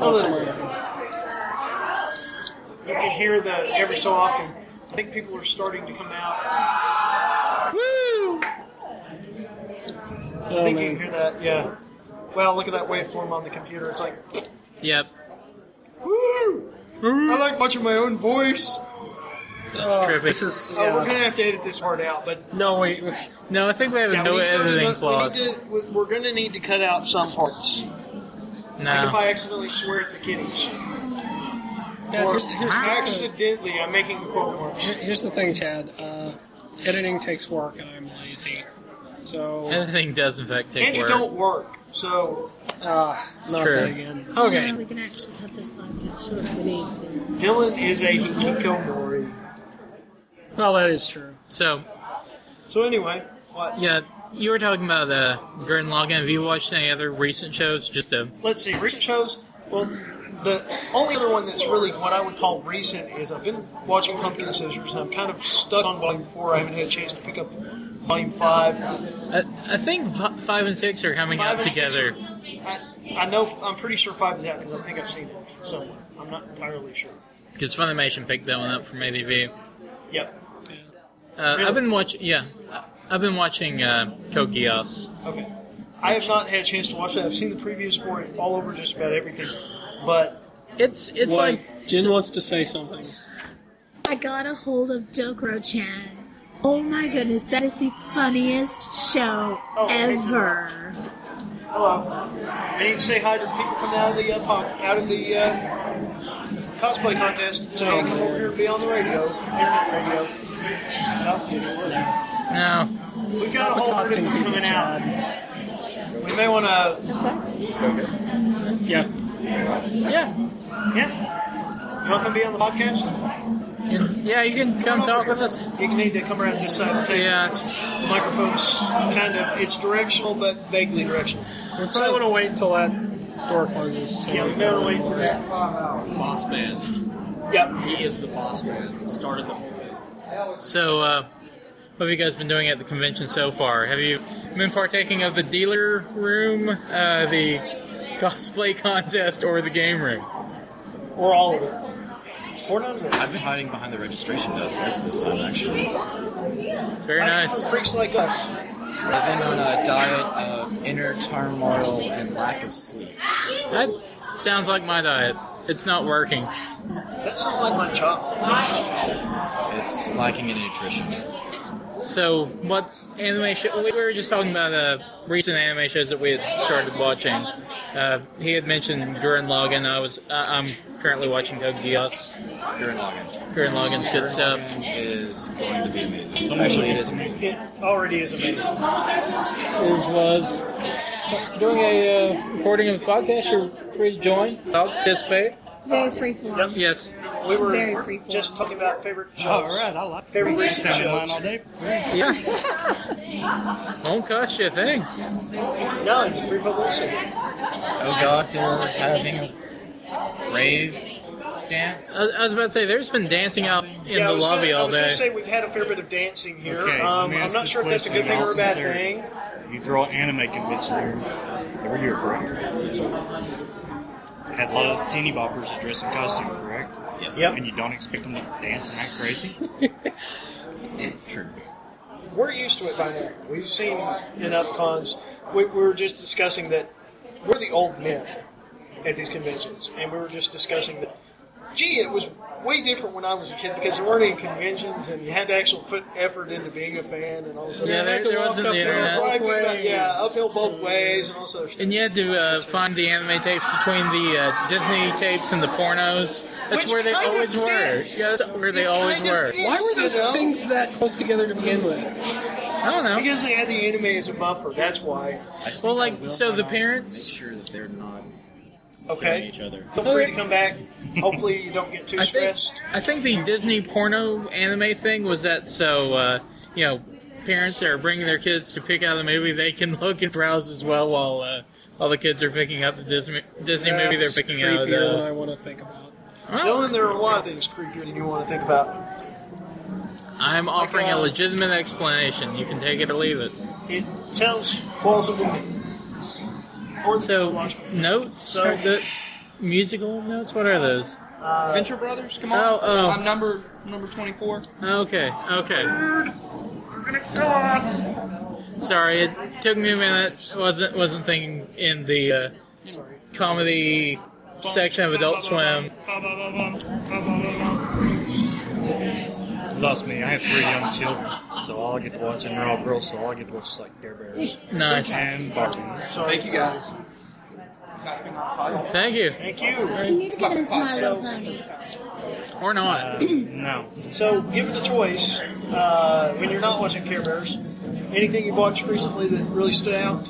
S2: go somewhere.
S3: You can hear the every so often. I think people are starting to come out. I
S2: Oh,
S3: think you can
S2: man.
S3: hear that. Yeah. Well, look at that waveform on the computer. It's like,
S1: Yep.
S3: woo! I like watching my own voice.
S1: That's
S2: Oh,
S1: terrific.
S2: This is
S3: Oh, we're
S2: yeah.
S3: gonna have to edit this part out, but
S2: no wait. wait.
S1: No, I think we have a
S3: Yeah,
S1: no
S3: we need to-
S1: editing
S3: We
S1: clause.
S3: need to, we- we're going to need to cut out some parts. Like if
S1: No.
S3: I accidentally swear at the kitties,
S2: Yeah,
S3: or
S2: here's, here- here's, the,
S3: accidentally I'm making the quote marks.
S2: here- here's the thing, Chad. Uh, editing takes work, and I'm lazy. So
S1: Editing does, in fact, take
S3: And you
S1: work.
S3: don't work. So
S2: Ah, not
S1: true.
S2: that again.
S4: Yeah,
S2: Okay.
S4: we can actually cut this podcast short if we need to.
S3: Dylan is a hikikomori.
S2: Well, that is true.
S1: So,
S3: So anyway, what?
S1: yeah, you were talking about uh, Gurren Lagann. Have you watched any other recent shows? Just a
S3: Let's see. Recent shows. Well, the only other one that's really what I would call recent is I've been watching Pumpkin Scissors. I'm kind of stuck on Volume Four. I haven't had a chance to pick up Volume Five.
S1: I, I think f- five and six are coming
S3: Five
S1: out
S3: and six
S1: together.
S3: I, I know. I'm pretty sure Five is out because I think I've seen it somewhere. I'm not entirely sure.
S1: Because Funimation picked that one up from ADV.
S3: Yep.
S1: Uh,
S3: Really?
S1: I've been watching. Yeah, I've been watching uh, Kokios.
S3: Okay. I have not had a chance to watch that. I've seen the previews for it all over just about everything, but
S1: It's it's
S2: Why?
S1: like
S2: Jen wants to say something.
S4: I got a hold of Dokuro Chan. Oh my goodness, that is the funniest show
S3: Oh, okay.
S4: ever.
S3: Hello. I need to say hi to the people coming out of the uh, pop, out of the uh, cosplay contest. Say, hey, come over here and be on the radio, internet radio. Not the internet.
S1: no.
S3: We've got a whole bunch
S2: Costing
S3: of people
S2: people
S3: coming out.
S2: Chad.
S3: We may want to,
S8: I'm sorry.
S2: Yeah.
S1: Yeah,
S3: yeah. If you want to come be on the podcast,
S1: yeah. You can come talk with us.
S3: you can need to come around this side of the table.
S1: Yeah.
S3: The microphone's kind of, it's directional, but vaguely directional.
S2: We're probably going to wait until that door closes. So
S3: Yeah, we better wait for that.
S10: Boss man.
S3: Yep.
S10: He is the boss man. Started the whole thing.
S1: So, uh, what have you guys been doing at the convention so far? Have you been partaking of the dealer room, uh, the cosplay *laughs* contest, or the game room?
S3: Or all of it. Or none of it.
S10: I've been hiding behind the registration desk most of this time, actually.
S1: Very nice.
S3: For freaks like us.
S10: I've been on a diet of inner turmoil and lack of sleep.
S1: That sounds like my diet. It's not working.
S3: That sounds like my job.
S10: It's lacking in nutrition.
S1: So, what anime show? We were just talking about uh, recent anime shows that we had started watching. Uh, he had mentioned Gurren Lagann. I was, uh, I'm currently watching Kogios.
S10: Gurren Lagann.
S1: Gurren Lagann's good stuff.
S10: Is going to be amazing. Actually, it is amazing.
S3: It already is amazing.
S1: Is was doing a uh, recording of the podcast. You're free to join, help, participate.
S4: It's very free form.
S1: Yes.
S3: We were
S4: Very freeform.
S3: just talking about favorite shows.
S9: I like
S3: Favorite recent shows.
S1: Yeah. Won't cost you a thing.
S3: None. Free publicity.
S10: Oh god, they're having a rave dance.
S1: I, I was about to say, there's been dancing out in
S3: yeah, I
S1: the
S3: was
S1: lobby
S3: gonna, I
S1: all
S3: was gonna
S1: day.
S3: say we've had a fair bit of dancing here.
S5: Okay, let
S3: um,
S5: me
S3: I'm
S5: ask
S3: not
S5: this
S3: sure if that's a
S5: question
S3: good thing
S5: in
S3: or a
S5: all
S3: bad
S5: sincerity.
S3: thing.
S5: You throw an anime convention there every year, correct? Has a lot of teeny boppers that dress in costume, correct?
S10: Yes.
S3: Yep.
S5: And you don't expect them to dance and act crazy?
S10: True.
S3: We're used to it by now. We've seen enough cons. We, we were just discussing that we're the old men at these conventions, and we were just discussing that. Gee, it was way different when I was a kid because there weren't any conventions, and you had to actually put effort into being a fan and all this. other
S1: Yeah, there-
S3: stuff.
S1: there wasn't the
S3: They were
S1: internet.
S3: bragging about- yeah, uphill both ways and all sorts of stuff.
S1: And you had to uh, find the anime tapes between the uh, Disney tapes and the pornos. That's
S3: Which
S1: where they
S3: kind of
S1: always were.
S3: fits.
S1: Yeah, that's where they
S3: It
S1: always
S3: kind of
S1: were.
S3: fits.
S2: Why were those
S3: You know?
S2: things that close together to begin with?
S1: I don't know.
S3: Because they had the anime as a buffer, that's why.
S10: I think
S1: Well,
S10: I
S1: like,
S10: will
S1: so
S10: find
S1: the
S10: out and
S1: parents-
S10: Make sure that they're not killing
S3: Okay.
S10: each other.
S3: Feel free to come back. Hopefully, you don't get too
S1: I think,
S3: stressed.
S1: I think the Disney porno anime thing was that so, uh, you know, parents that are bringing their kids to pick out a movie, they can *laughs* look and browse as well while uh, while the kids are picking up the Disney, Disney movie they're
S2: That's
S1: picking
S2: creepier
S1: out.
S2: than
S1: Uh,
S2: I want to think about.
S1: well,
S3: Dylan, there are a lot of things creepier than you want to think about.
S1: I'm offering
S3: Like,
S1: a
S3: uh,
S1: legitimate explanation. You can take it or leave it.
S3: It tells plausible. Or
S1: So, notes?
S3: So-
S1: Are the musical notes? What are those?
S6: Venture Brothers, come
S1: Oh,
S6: on.
S1: oh.
S6: I'm number number 24.
S1: Okay, okay. Sorry, it took me a minute. wasn't wasn't thinking in the uh, comedy section of Adult Swim.
S5: Lost me. I have three young children, so all I get to watch, and they're all girls, so all I get to watch is like Bear Bears
S1: Nice.
S5: and Barbie.
S6: Thank you guys.
S1: Thank you.
S3: Thank you.
S4: You need to get into My Little Pony.
S1: Or not.
S11: Uh,
S5: No.
S3: So, given the choice, uh, when you're not watching Care Bears, anything you've watched recently that really stood out?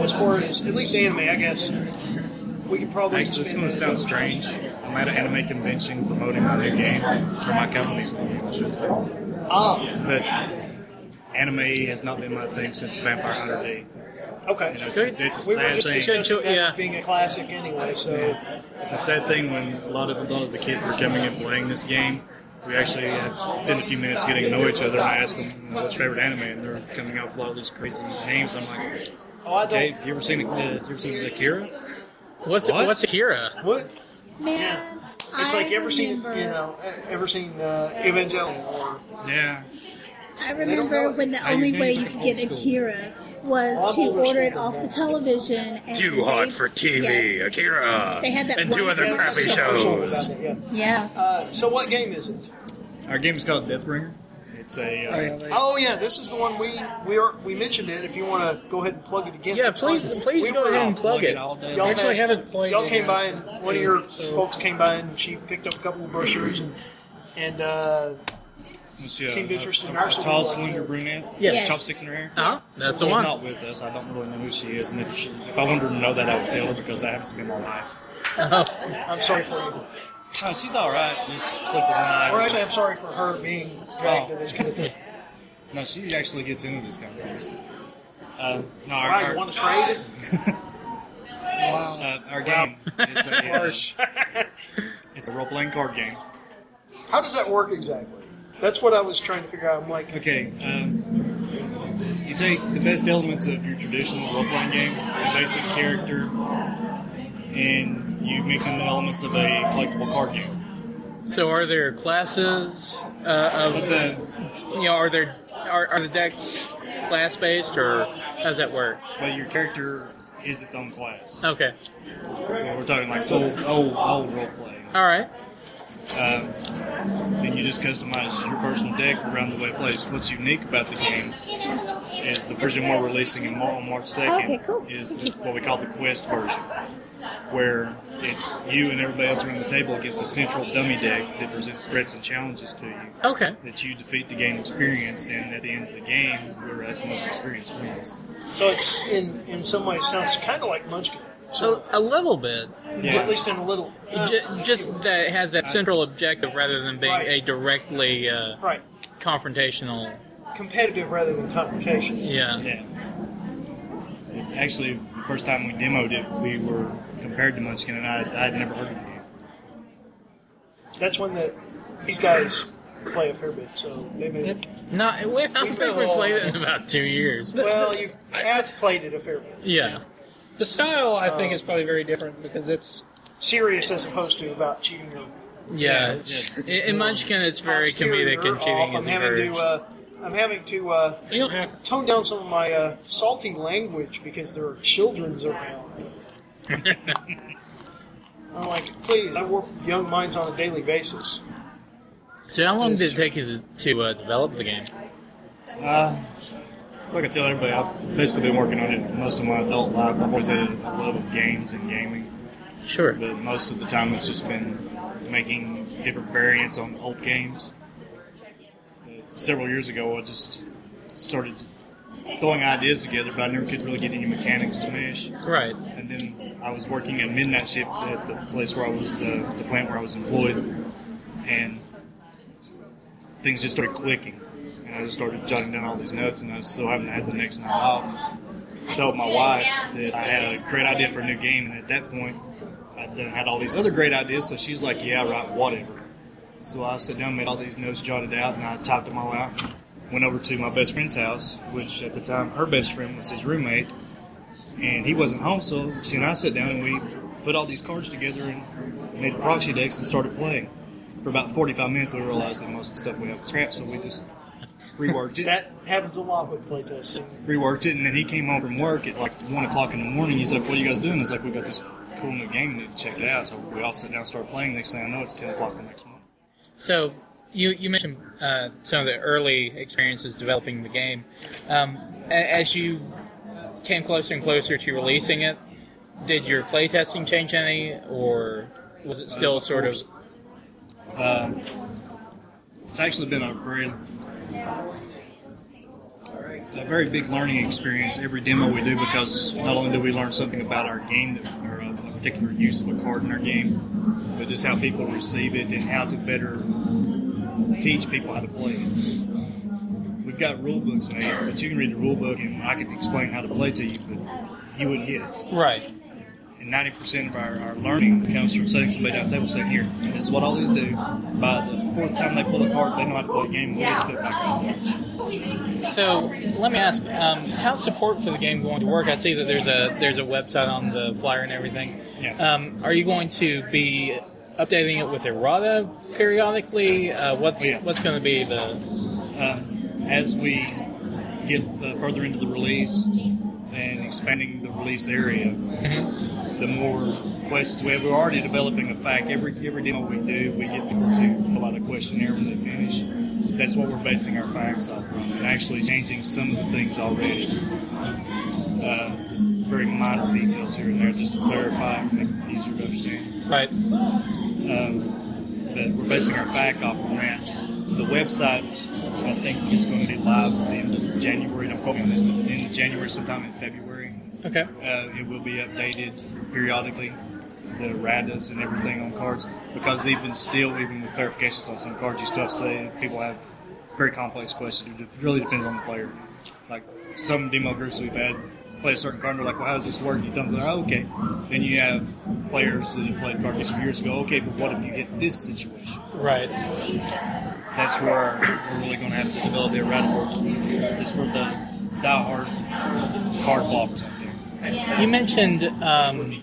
S3: as far as at least anime, I guess we could probably.
S11: Actually, it's
S3: spin that
S11: going to sound
S3: into-
S11: strange. I'm at an anime convention promoting my new game, or my company's new game, I should say.
S3: Ah.
S11: But anime has not been my thing since Vampire Hunter D.
S3: Okay.
S11: You know, it's, it's a
S3: we were
S11: sad
S3: just
S11: thing.
S3: discussing that as being a classic anyway, so
S11: It's a sad thing when a lot of a lot of the kids are coming and playing this game. We actually have spent a few minutes getting to know each other. and I ask them you know, what's your favorite anime, and they're coming off a lot of these crazy names. I'm like,
S3: oh, I
S11: okay, you ever seen uh, you ever seen Akira?
S1: What's
S11: What?
S1: what's Akira?
S3: What?
S4: Man,
S3: it's like you ever seen you know ever seen uh, Evangelion or
S11: yeah.
S4: I
S3: They don't know
S4: remember
S3: it.
S4: when the
S3: Now you
S4: only
S3: can
S4: way
S3: do
S4: you
S3: it
S4: could get
S3: old school.
S4: Akira was to
S3: Well, I'm old
S4: order it
S3: school,
S4: off the
S3: man.
S4: television. And
S12: Too hot for TV,
S4: Yeah.
S12: Akira,
S4: They had that
S12: and two
S4: one
S12: other
S4: commercial.
S12: crappy
S3: about
S12: shows.
S3: that, yeah.
S4: Yeah.
S3: Uh, so what game is it?
S11: Our game is called Deathbringer. It's a uh,
S3: Oh yeah, this is the one we we are we mentioned it. If you want to go ahead and plug it again,
S1: Yeah,
S3: that's
S1: please-
S3: fine.
S1: please
S3: We
S1: go
S3: were- um,
S1: ahead and plug it.
S3: Y'all
S2: I actually
S3: had-
S2: haven't played
S3: Y'all
S2: it
S3: came
S2: yet.
S3: by and one of your
S2: So-
S3: folks came by and she picked up a couple of brochures and and uh,
S11: She, uh,
S3: seemed interested in
S11: a,
S3: our
S11: a tall, slender brunette.
S3: Yes.
S11: with Chopsticks in her hair.
S3: Uh-huh. That's the
S1: *laughs*
S11: She's
S3: one.
S11: not with us. I don't really know who she is, and if, she, if I wanted her to know that, I would tell her because that happens to be my life.
S1: Oh.
S3: I'm sorry for you.
S11: Oh, she's all right. Just slipped her eye.
S3: Or actually, I'm sorry for her being dragged to this kind of thing.
S11: No, she actually gets into these kind of things. Uh, no, our,
S3: Wow,
S11: our-
S3: you want to trade it?
S11: *laughs* Uh, our game. It's a, uh, it's a role-playing card game.
S3: How does that work exactly? That's what I was trying to figure out. I'm like,
S11: Okay, um, you take the best elements of your traditional role-playing game, the basic character, and you mix in the elements of a collectible card game.
S1: So are there classes uh, of the you know are there are, are the decks class based or how does that work?
S11: But your character is its own class.
S1: Okay.
S11: Well, we're talking like old, old, old role-playing.
S1: All right.
S11: Um, then you just customize your personal deck around the way it plays. What's unique about the game is the version we're releasing in Mar- on March 2nd
S4: Okay, cool.
S11: is the, what we call the quest version, where it's you and everybody else around the table against a central dummy deck that presents threats and challenges to you.
S1: Okay.
S11: That you defeat to gain experience, and at the end of the game, whoever has the most experience wins.
S3: so it's in in some ways sounds kind of like Munchkin,
S1: So a, a little bit.
S3: at least in a little.
S1: Ju- just that it has that central objective rather than being a directly uh,
S3: right.
S1: confrontational.
S3: competitive rather than confrontation.
S1: Yeah.
S11: Yeah. Actually, the first time we demoed it, we were compared to Munchkin, and I, I had never heard of the game.
S3: That's one that these guys play a fair bit, so they may.
S1: No, we, I don't think we played it in about two years.
S3: Well, you have played it a fair bit.
S1: Yeah.
S2: The style, I think,
S3: Um,
S2: is probably very different because it's
S3: serious as opposed to about cheating. Them.
S1: Yeah. In, in Munchkin, it's very comedic and cheating
S3: I'm
S1: is
S3: having
S1: encouraged.
S3: to. Uh, I'm having to uh, tone down some of my uh, salty language because there are childrens around. uh, I'm like, please, I work with young minds on a daily basis.
S1: *laughs* So how long
S3: *laughs*
S1: did it take you to, to uh, develop the game?
S11: Uh, it's like I tell everybody, I've basically been working on it most of my adult life. I've always had a a love of games and gaming.
S1: Sure.
S11: But most of the time, it's just been making different variants on old games. Uh, several years ago, I just started throwing ideas together, but I never could really get any mechanics to mesh.
S1: Right.
S11: And then I was working a midnight shift at the place where I was, the, the plant where I was employed, and things just started clicking. And I just started jotting down all these notes, and I still haven't had the next night off. I told my wife that I had a great idea for a new game, and at that point, I done had all these other great ideas, so she's like, yeah, right, whatever. So I sat down, made all these notes, jotted out, and I typed them all out. Went over to my best friend's house, which at the time her best friend was his roommate, and he wasn't home, so she and I sat down and we put all these cards together and made proxy decks and started playing. For about 45 minutes, we realized that most of the stuff we had was crap, so we just
S3: *laughs*
S11: reworked it.
S3: That happens a lot with playtesting.
S11: reworked it, and then he came home from work at like one o'clock in the morning. He's like, "What are you guys doing?" I was like, "We got this cool new game. We need to check it out." So we all sit down, and start playing. Next thing I know, it's ten o'clock the next morning.
S1: So you you mentioned uh, some of the early experiences developing the game. Um, a- as you came closer and closer to releasing it, did your playtesting change any, or was it still sort of?
S11: Uh, it's actually been a very a very big learning experience every demo we do because not only do we learn something about our game that, or uh, a, a particular use of a card in our game, but just how people receive it and how to better teach people how to play it. We've got rule books made, but you can read the rule book and I could explain how to play to you, but you wouldn't get it.
S1: Right.
S11: And 90% of our, our learning comes from setting somebody down at the table saying, here, this is what all these do. By the fourth time they pull a card, they know how to play a game. We'll just step back on.
S1: So let me ask, um, how's support for the game going to work? I see that there's a there's a website on the flyer and everything. Um, are you going to be updating it with errata periodically? Uh, what's
S11: Oh, yeah.
S1: what's going to be the
S11: Um, as we get uh, further into the release and expanding the release area, the more questions we have. We're already developing a fact. Every every demo we do, we get people to fill out a questionnaire when they finish. That's what we're basing our facts off from, and actually changing some of the things already. Uh, just very minor details here and there, just to clarify and make it easier to understand.
S1: Right.
S11: Um, but we're basing our fact off on that. The website, I think, is going to be live at the end of January. Don't quote me on this, but in January, sometime in February.
S1: Okay.
S11: Uh, it will be updated periodically, the radas and everything on cards, because even still, even with clarifications on some cards, you still have to say people have very complex questions. It really depends on the player. Like some demo groups we've had play a certain card, and they're like, "Well, how does this work?" And you tell them, "Oh, okay." Then you have players that have played card games for years go, "Okay, but what if you get this situation?"
S1: right?
S11: That's where we're really going to have to develop the errata board. It's for the diehard card blockers.
S1: You mentioned um,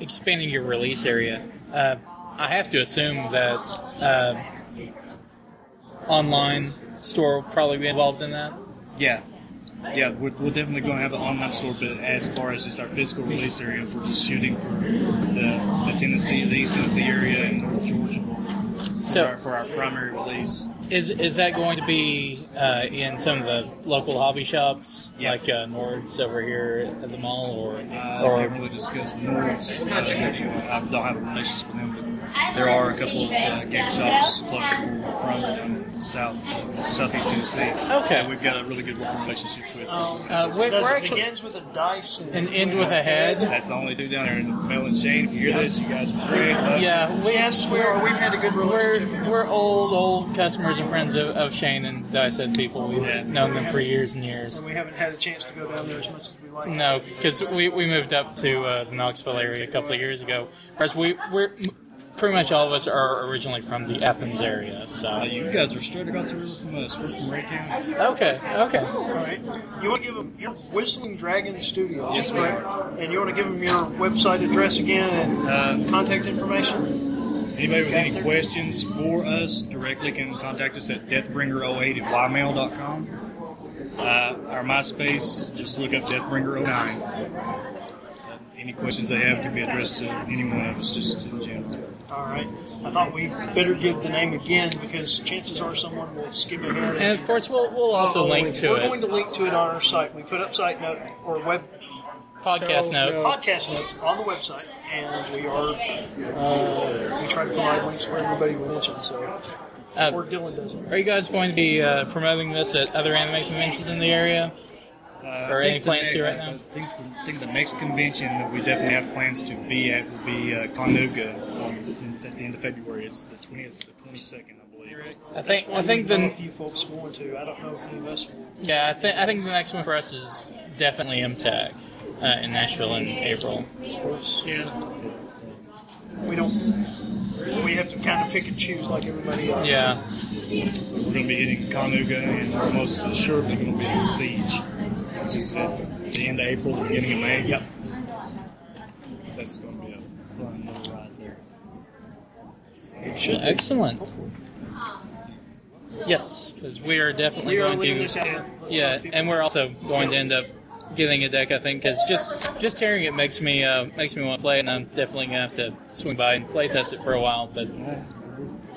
S1: expanding your release area. Uh, I have to assume that uh, online store will probably be involved in that.
S11: Yeah. Yeah, we're, we're definitely going to have an online store, but as far as just our physical release area, we're just shooting for the, the Tennessee, the East Tennessee area and North Georgia
S1: So-
S11: for, our, for our primary release.
S1: Is is that going to be uh, in some of the local hobby shops, like uh, Nords over here at the mall, or
S3: Uh,
S11: I
S1: or
S11: haven't uh, really discussed Nords. I don't have a relationship with them, but there are a couple of uh, game shops closer to where we're from in south, southeast Tennessee. Okay. we've got a really good working relationship with.
S1: Uh, we're,
S3: Does
S1: we're
S3: Um, it
S1: actually-
S3: begins with a dice and,
S1: And end with a head.
S11: That's the only dude down there in Mel and Shane. If you hear this, you guys are great. but-
S1: Yeah, we,
S3: yes, we
S1: are.
S3: We've had a good
S1: relationship. We're, we're old, old customers and friends of, of Shane and Dice Head people. We've known them for years and years.
S3: and we haven't had a chance to go down there as much as we like.
S1: No, because we, we moved up to uh, the Knoxville area a couple of years ago. Whereas we we're pretty much all of us are originally from the Athens area. So
S11: Uh, you guys are straight across the river from us. We're from Ray County.
S1: Okay, okay.
S3: All right. You want to give them your Whistling Dragon Studios,
S11: Yes, we
S3: correct? And you want to give them your website address again and contact information?
S11: Um, Anybody with any questions for us directly can contact us at deathbringer08 at ymail.com. Uh, our MySpace, just look up deathbringer09. Uh, Any questions they have can be addressed to any one of us, just in general.
S3: All right. I thought we better give the name again because chances are someone will skip ahead.
S1: And of course, we'll we'll also
S3: Oh,
S1: link to
S3: we're
S1: it.
S3: going to link to it on our site. We put up site note or web
S1: Podcast Show notes. notes.
S3: podcast notes on the website, and we are uh, we try to provide links for everybody we mention. So
S1: Uh,
S3: or Dylan doesn't.
S1: Are you guys going to be uh, promoting this at other anime conventions in the area?
S11: Uh,
S1: or
S11: I
S1: any
S11: think the
S1: plans to
S11: ne-
S1: right
S11: I-
S1: now?
S11: I think, s- I think the next convention that we definitely have plans to be at will be uh, Conuga um, at the end of February. It's the 20th to the 22nd, I believe.
S1: I think I
S3: Well,
S1: think
S3: we know
S1: the
S3: a few folks going to. I don't know if any of us. will.
S1: yeah I think I think the next one for us is definitely MTAG uh, in Nashville in April.
S3: Yeah. We don't. We have to kind of pick and choose like everybody else.
S1: Yeah.
S11: We're going to be hitting Conuga and we're most assuredly going to be in Siege, which is at the end of April, the beginning of May. Yep. That's going to be a fun little ride there. It should be.
S1: Excellent. Yes, because we are definitely
S3: We are
S1: going
S3: leaving
S1: to.
S3: this out.
S1: Yeah, and we're also going to end up getting a deck, I think, because just just hearing it makes me uh, makes me want to play, it, and I'm definitely gonna have to swing by and play test it for a while. But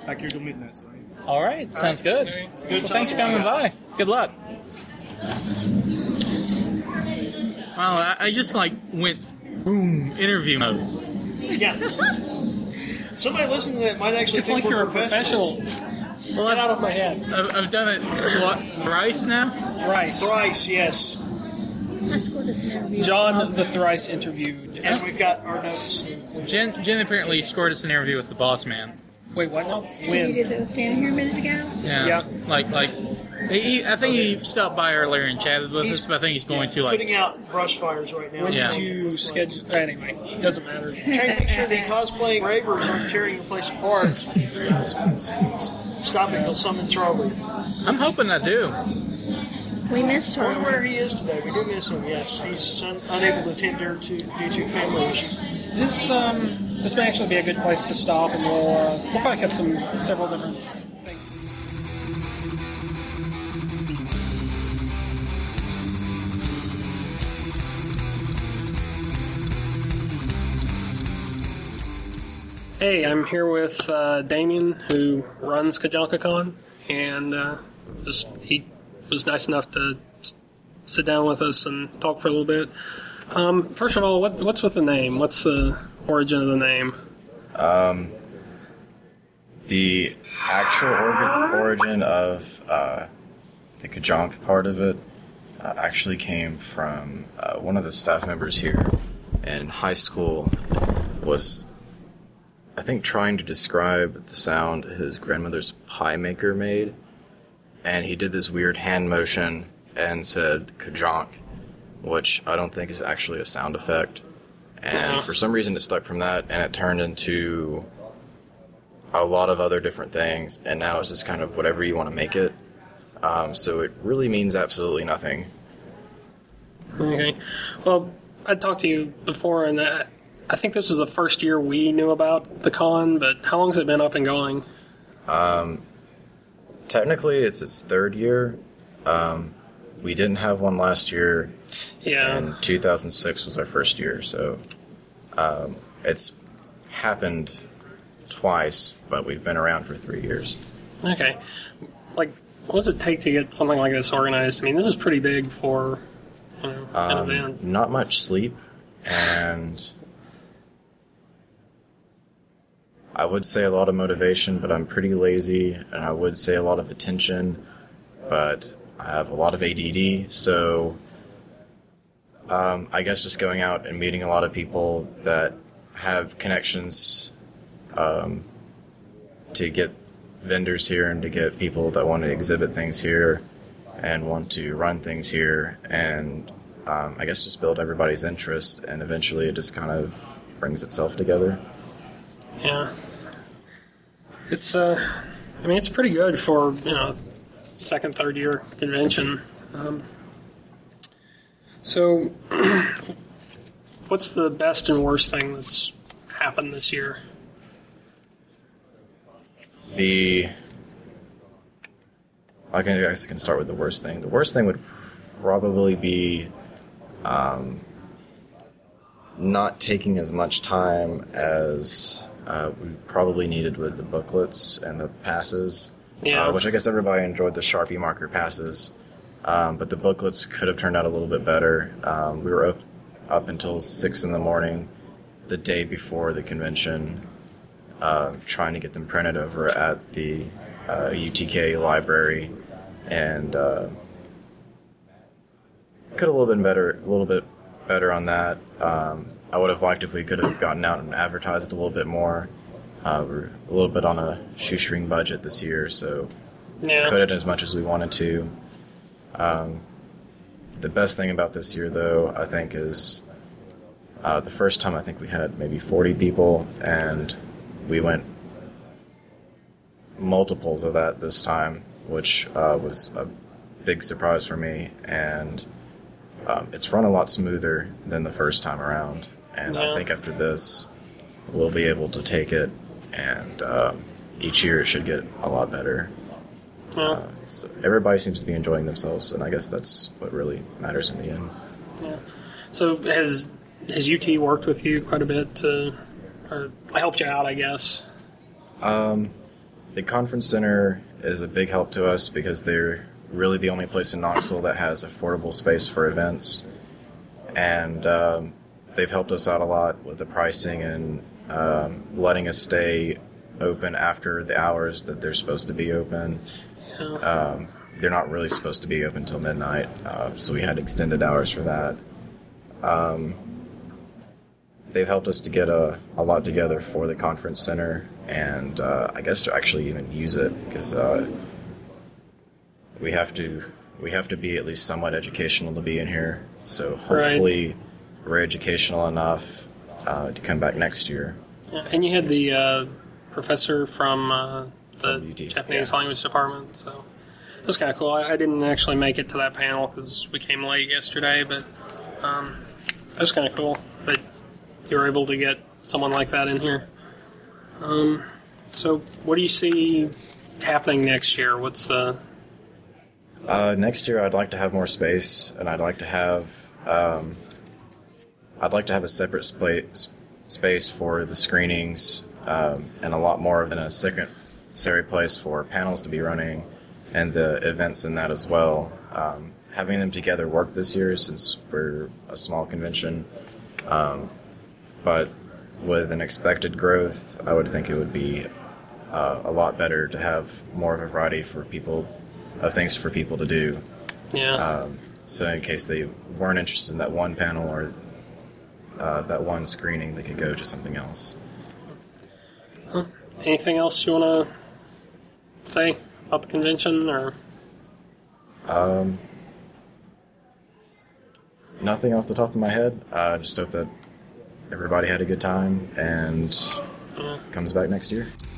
S11: Back here till midnight, so.
S1: all right, sounds good. Well, thanks for coming by. Good luck. Wow, I, I just like went boom interview mode.
S3: Yeah. Somebody listening to that might actually
S2: It's
S3: think
S2: like
S3: we're
S2: you're a
S3: professionals.
S2: Get out of my head.
S1: I've, I've done it what, thrice now.
S2: Thrice.
S3: Thrice, yes.
S2: John the thrice interviewed.
S3: And we've got our notes.
S1: Jen, Jen apparently scored us an interview with the boss man.
S2: Wait, what? No.
S4: You did that was standing here a minute ago.
S1: Yeah. Like, like, he, he- I think he stopped by earlier and chatted with us, but I think he's going to like.
S3: Putting out brush fires right now.
S1: When Yeah. did
S2: you schedule? Anyway, doesn't matter.
S3: Trying to make sure the cosplay ravers aren't tearing the place apart. Stop it, he'll summon Charlie.
S1: I'm hoping I do.
S4: We missed
S3: I wonder where he is today. We do miss him, yes. He's un- unable to attend due to, due to family issues.
S2: This um, this may actually be a good place to stop, and we'll uh, we'll probably cut some several different. Hey, I'm here with uh, Damien, who runs KajalkaCon, and uh, just he was nice enough to s- sit down with us and talk for a little bit. Um, first of all, what, what's with the name? What's the origin of the name?
S11: Um, the actual org- origin of uh, the Kajonk part of it uh, actually came from uh, one of the staff members here in high school was, I think, trying to describe the sound his grandmother's pie maker made, and he did this weird hand motion and said Kajonk, which I don't think is actually a sound effect. And
S7: Uh-huh.
S11: for some reason, it stuck from that, and it turned into a lot of other different things, and now it's just kind of whatever you want to make it. Um, so it really means absolutely nothing.
S2: Okay. Well, I talked to you before, and I, I think this was the first year we knew about the con, but how long's it been up and going?
S11: Um, technically, it's its third year. Um, we didn't have one last year.
S2: Yeah.
S11: And 2006 was our first year, so um, it's happened twice, but we've been around for three years.
S2: Okay. Like, what does it take to get something like this organized? I mean, this is pretty big for you know, an
S11: Um,
S2: event.
S11: Not much sleep, and I would say a lot of motivation, but I'm pretty lazy, and I would say a lot of attention, but I have a lot of ADD, so um, I guess just going out and meeting a lot of people that have connections um, to get vendors here and to get people that want to exhibit things here and want to run things here and um, I guess just build everybody's interest and eventually it just kind of brings itself together.
S2: Yeah. It's uh, I mean, it's pretty good for you know, second third year convention. Um, so, *clears throat* what's the best and worst thing that's happened this
S11: Uh,
S2: year?
S11: The I can I guess I can start with the worst thing. The worst thing would probably be um, not taking as much time as uh, we probably needed with the booklets and the passes.
S7: Yeah.
S11: Uh, which I guess everybody enjoyed the Sharpie marker passes, um, but the booklets could have turned out a little bit better. Um, we were up up until six in the morning, the day before the convention, uh, trying to get them printed over at the uh, UTK library, and uh, could have a little bit better, a little bit better on that. Um, I would have liked if we could have gotten out and advertised a little bit more. Uh, we're a little bit on a shoestring budget this year, so
S2: Yeah.
S11: couldn't as much as we wanted to. Um, the best thing about this year, though, I think, is uh, the first time I think we had maybe 40 people, and we went multiples of that this time, which uh, was a big surprise for me. And um, it's run a lot smoother than the first time around. And
S7: Yeah.
S11: I think after this, we'll be able to take it, and um, each year it should get a lot better.
S2: Yeah.
S11: So everybody seems to be enjoying themselves, and I guess that's what really matters in the end.
S2: Yeah. So has has UT worked with you quite a bit to, or helped you out? I guess.
S11: Um, the conference center is a big help to us because they're really the only place in Knoxville that has affordable space for events, and uh, um, they've helped us out a lot with the pricing and um, letting us stay open after the hours that they're supposed to be open. Um, they're not really supposed to be open till midnight, uh, so we had extended hours for that. Um, they've helped us to get a, a lot together for the conference center, and uh, I guess to actually even use it because uh, we have to we have to be at least somewhat educational to be in here. So
S2: Right.
S11: hopefully we're educational enough uh, to come back next year.
S2: Yeah, and you had the uh, professor from uh, the Japanese language department, so it was kind of cool. I, I didn't actually make it to that panel because we came late yesterday, but um, it was kind of cool that you were able to get someone like that in here. Um, so, what do you see happening next year? What's the
S11: Uh, next year, I'd like to have more space, and I'd like to have um, I'd like to have a separate space space for the screenings, um, and a lot more than a secondary place for panels to be running, and the events in that as well. Um, having them together worked this year since we're a small convention, um, but with an expected growth, I would think it would be uh, a lot better to have more of a variety for people of things for people to do.
S2: Yeah.
S11: Um, so in case they weren't interested in that one panel or uh, that one screening, they could go to something else.
S2: huh? anything else you want to say about the convention or?
S11: Um, nothing off the top of my head. I just hope that everybody had a good time and comes back next year.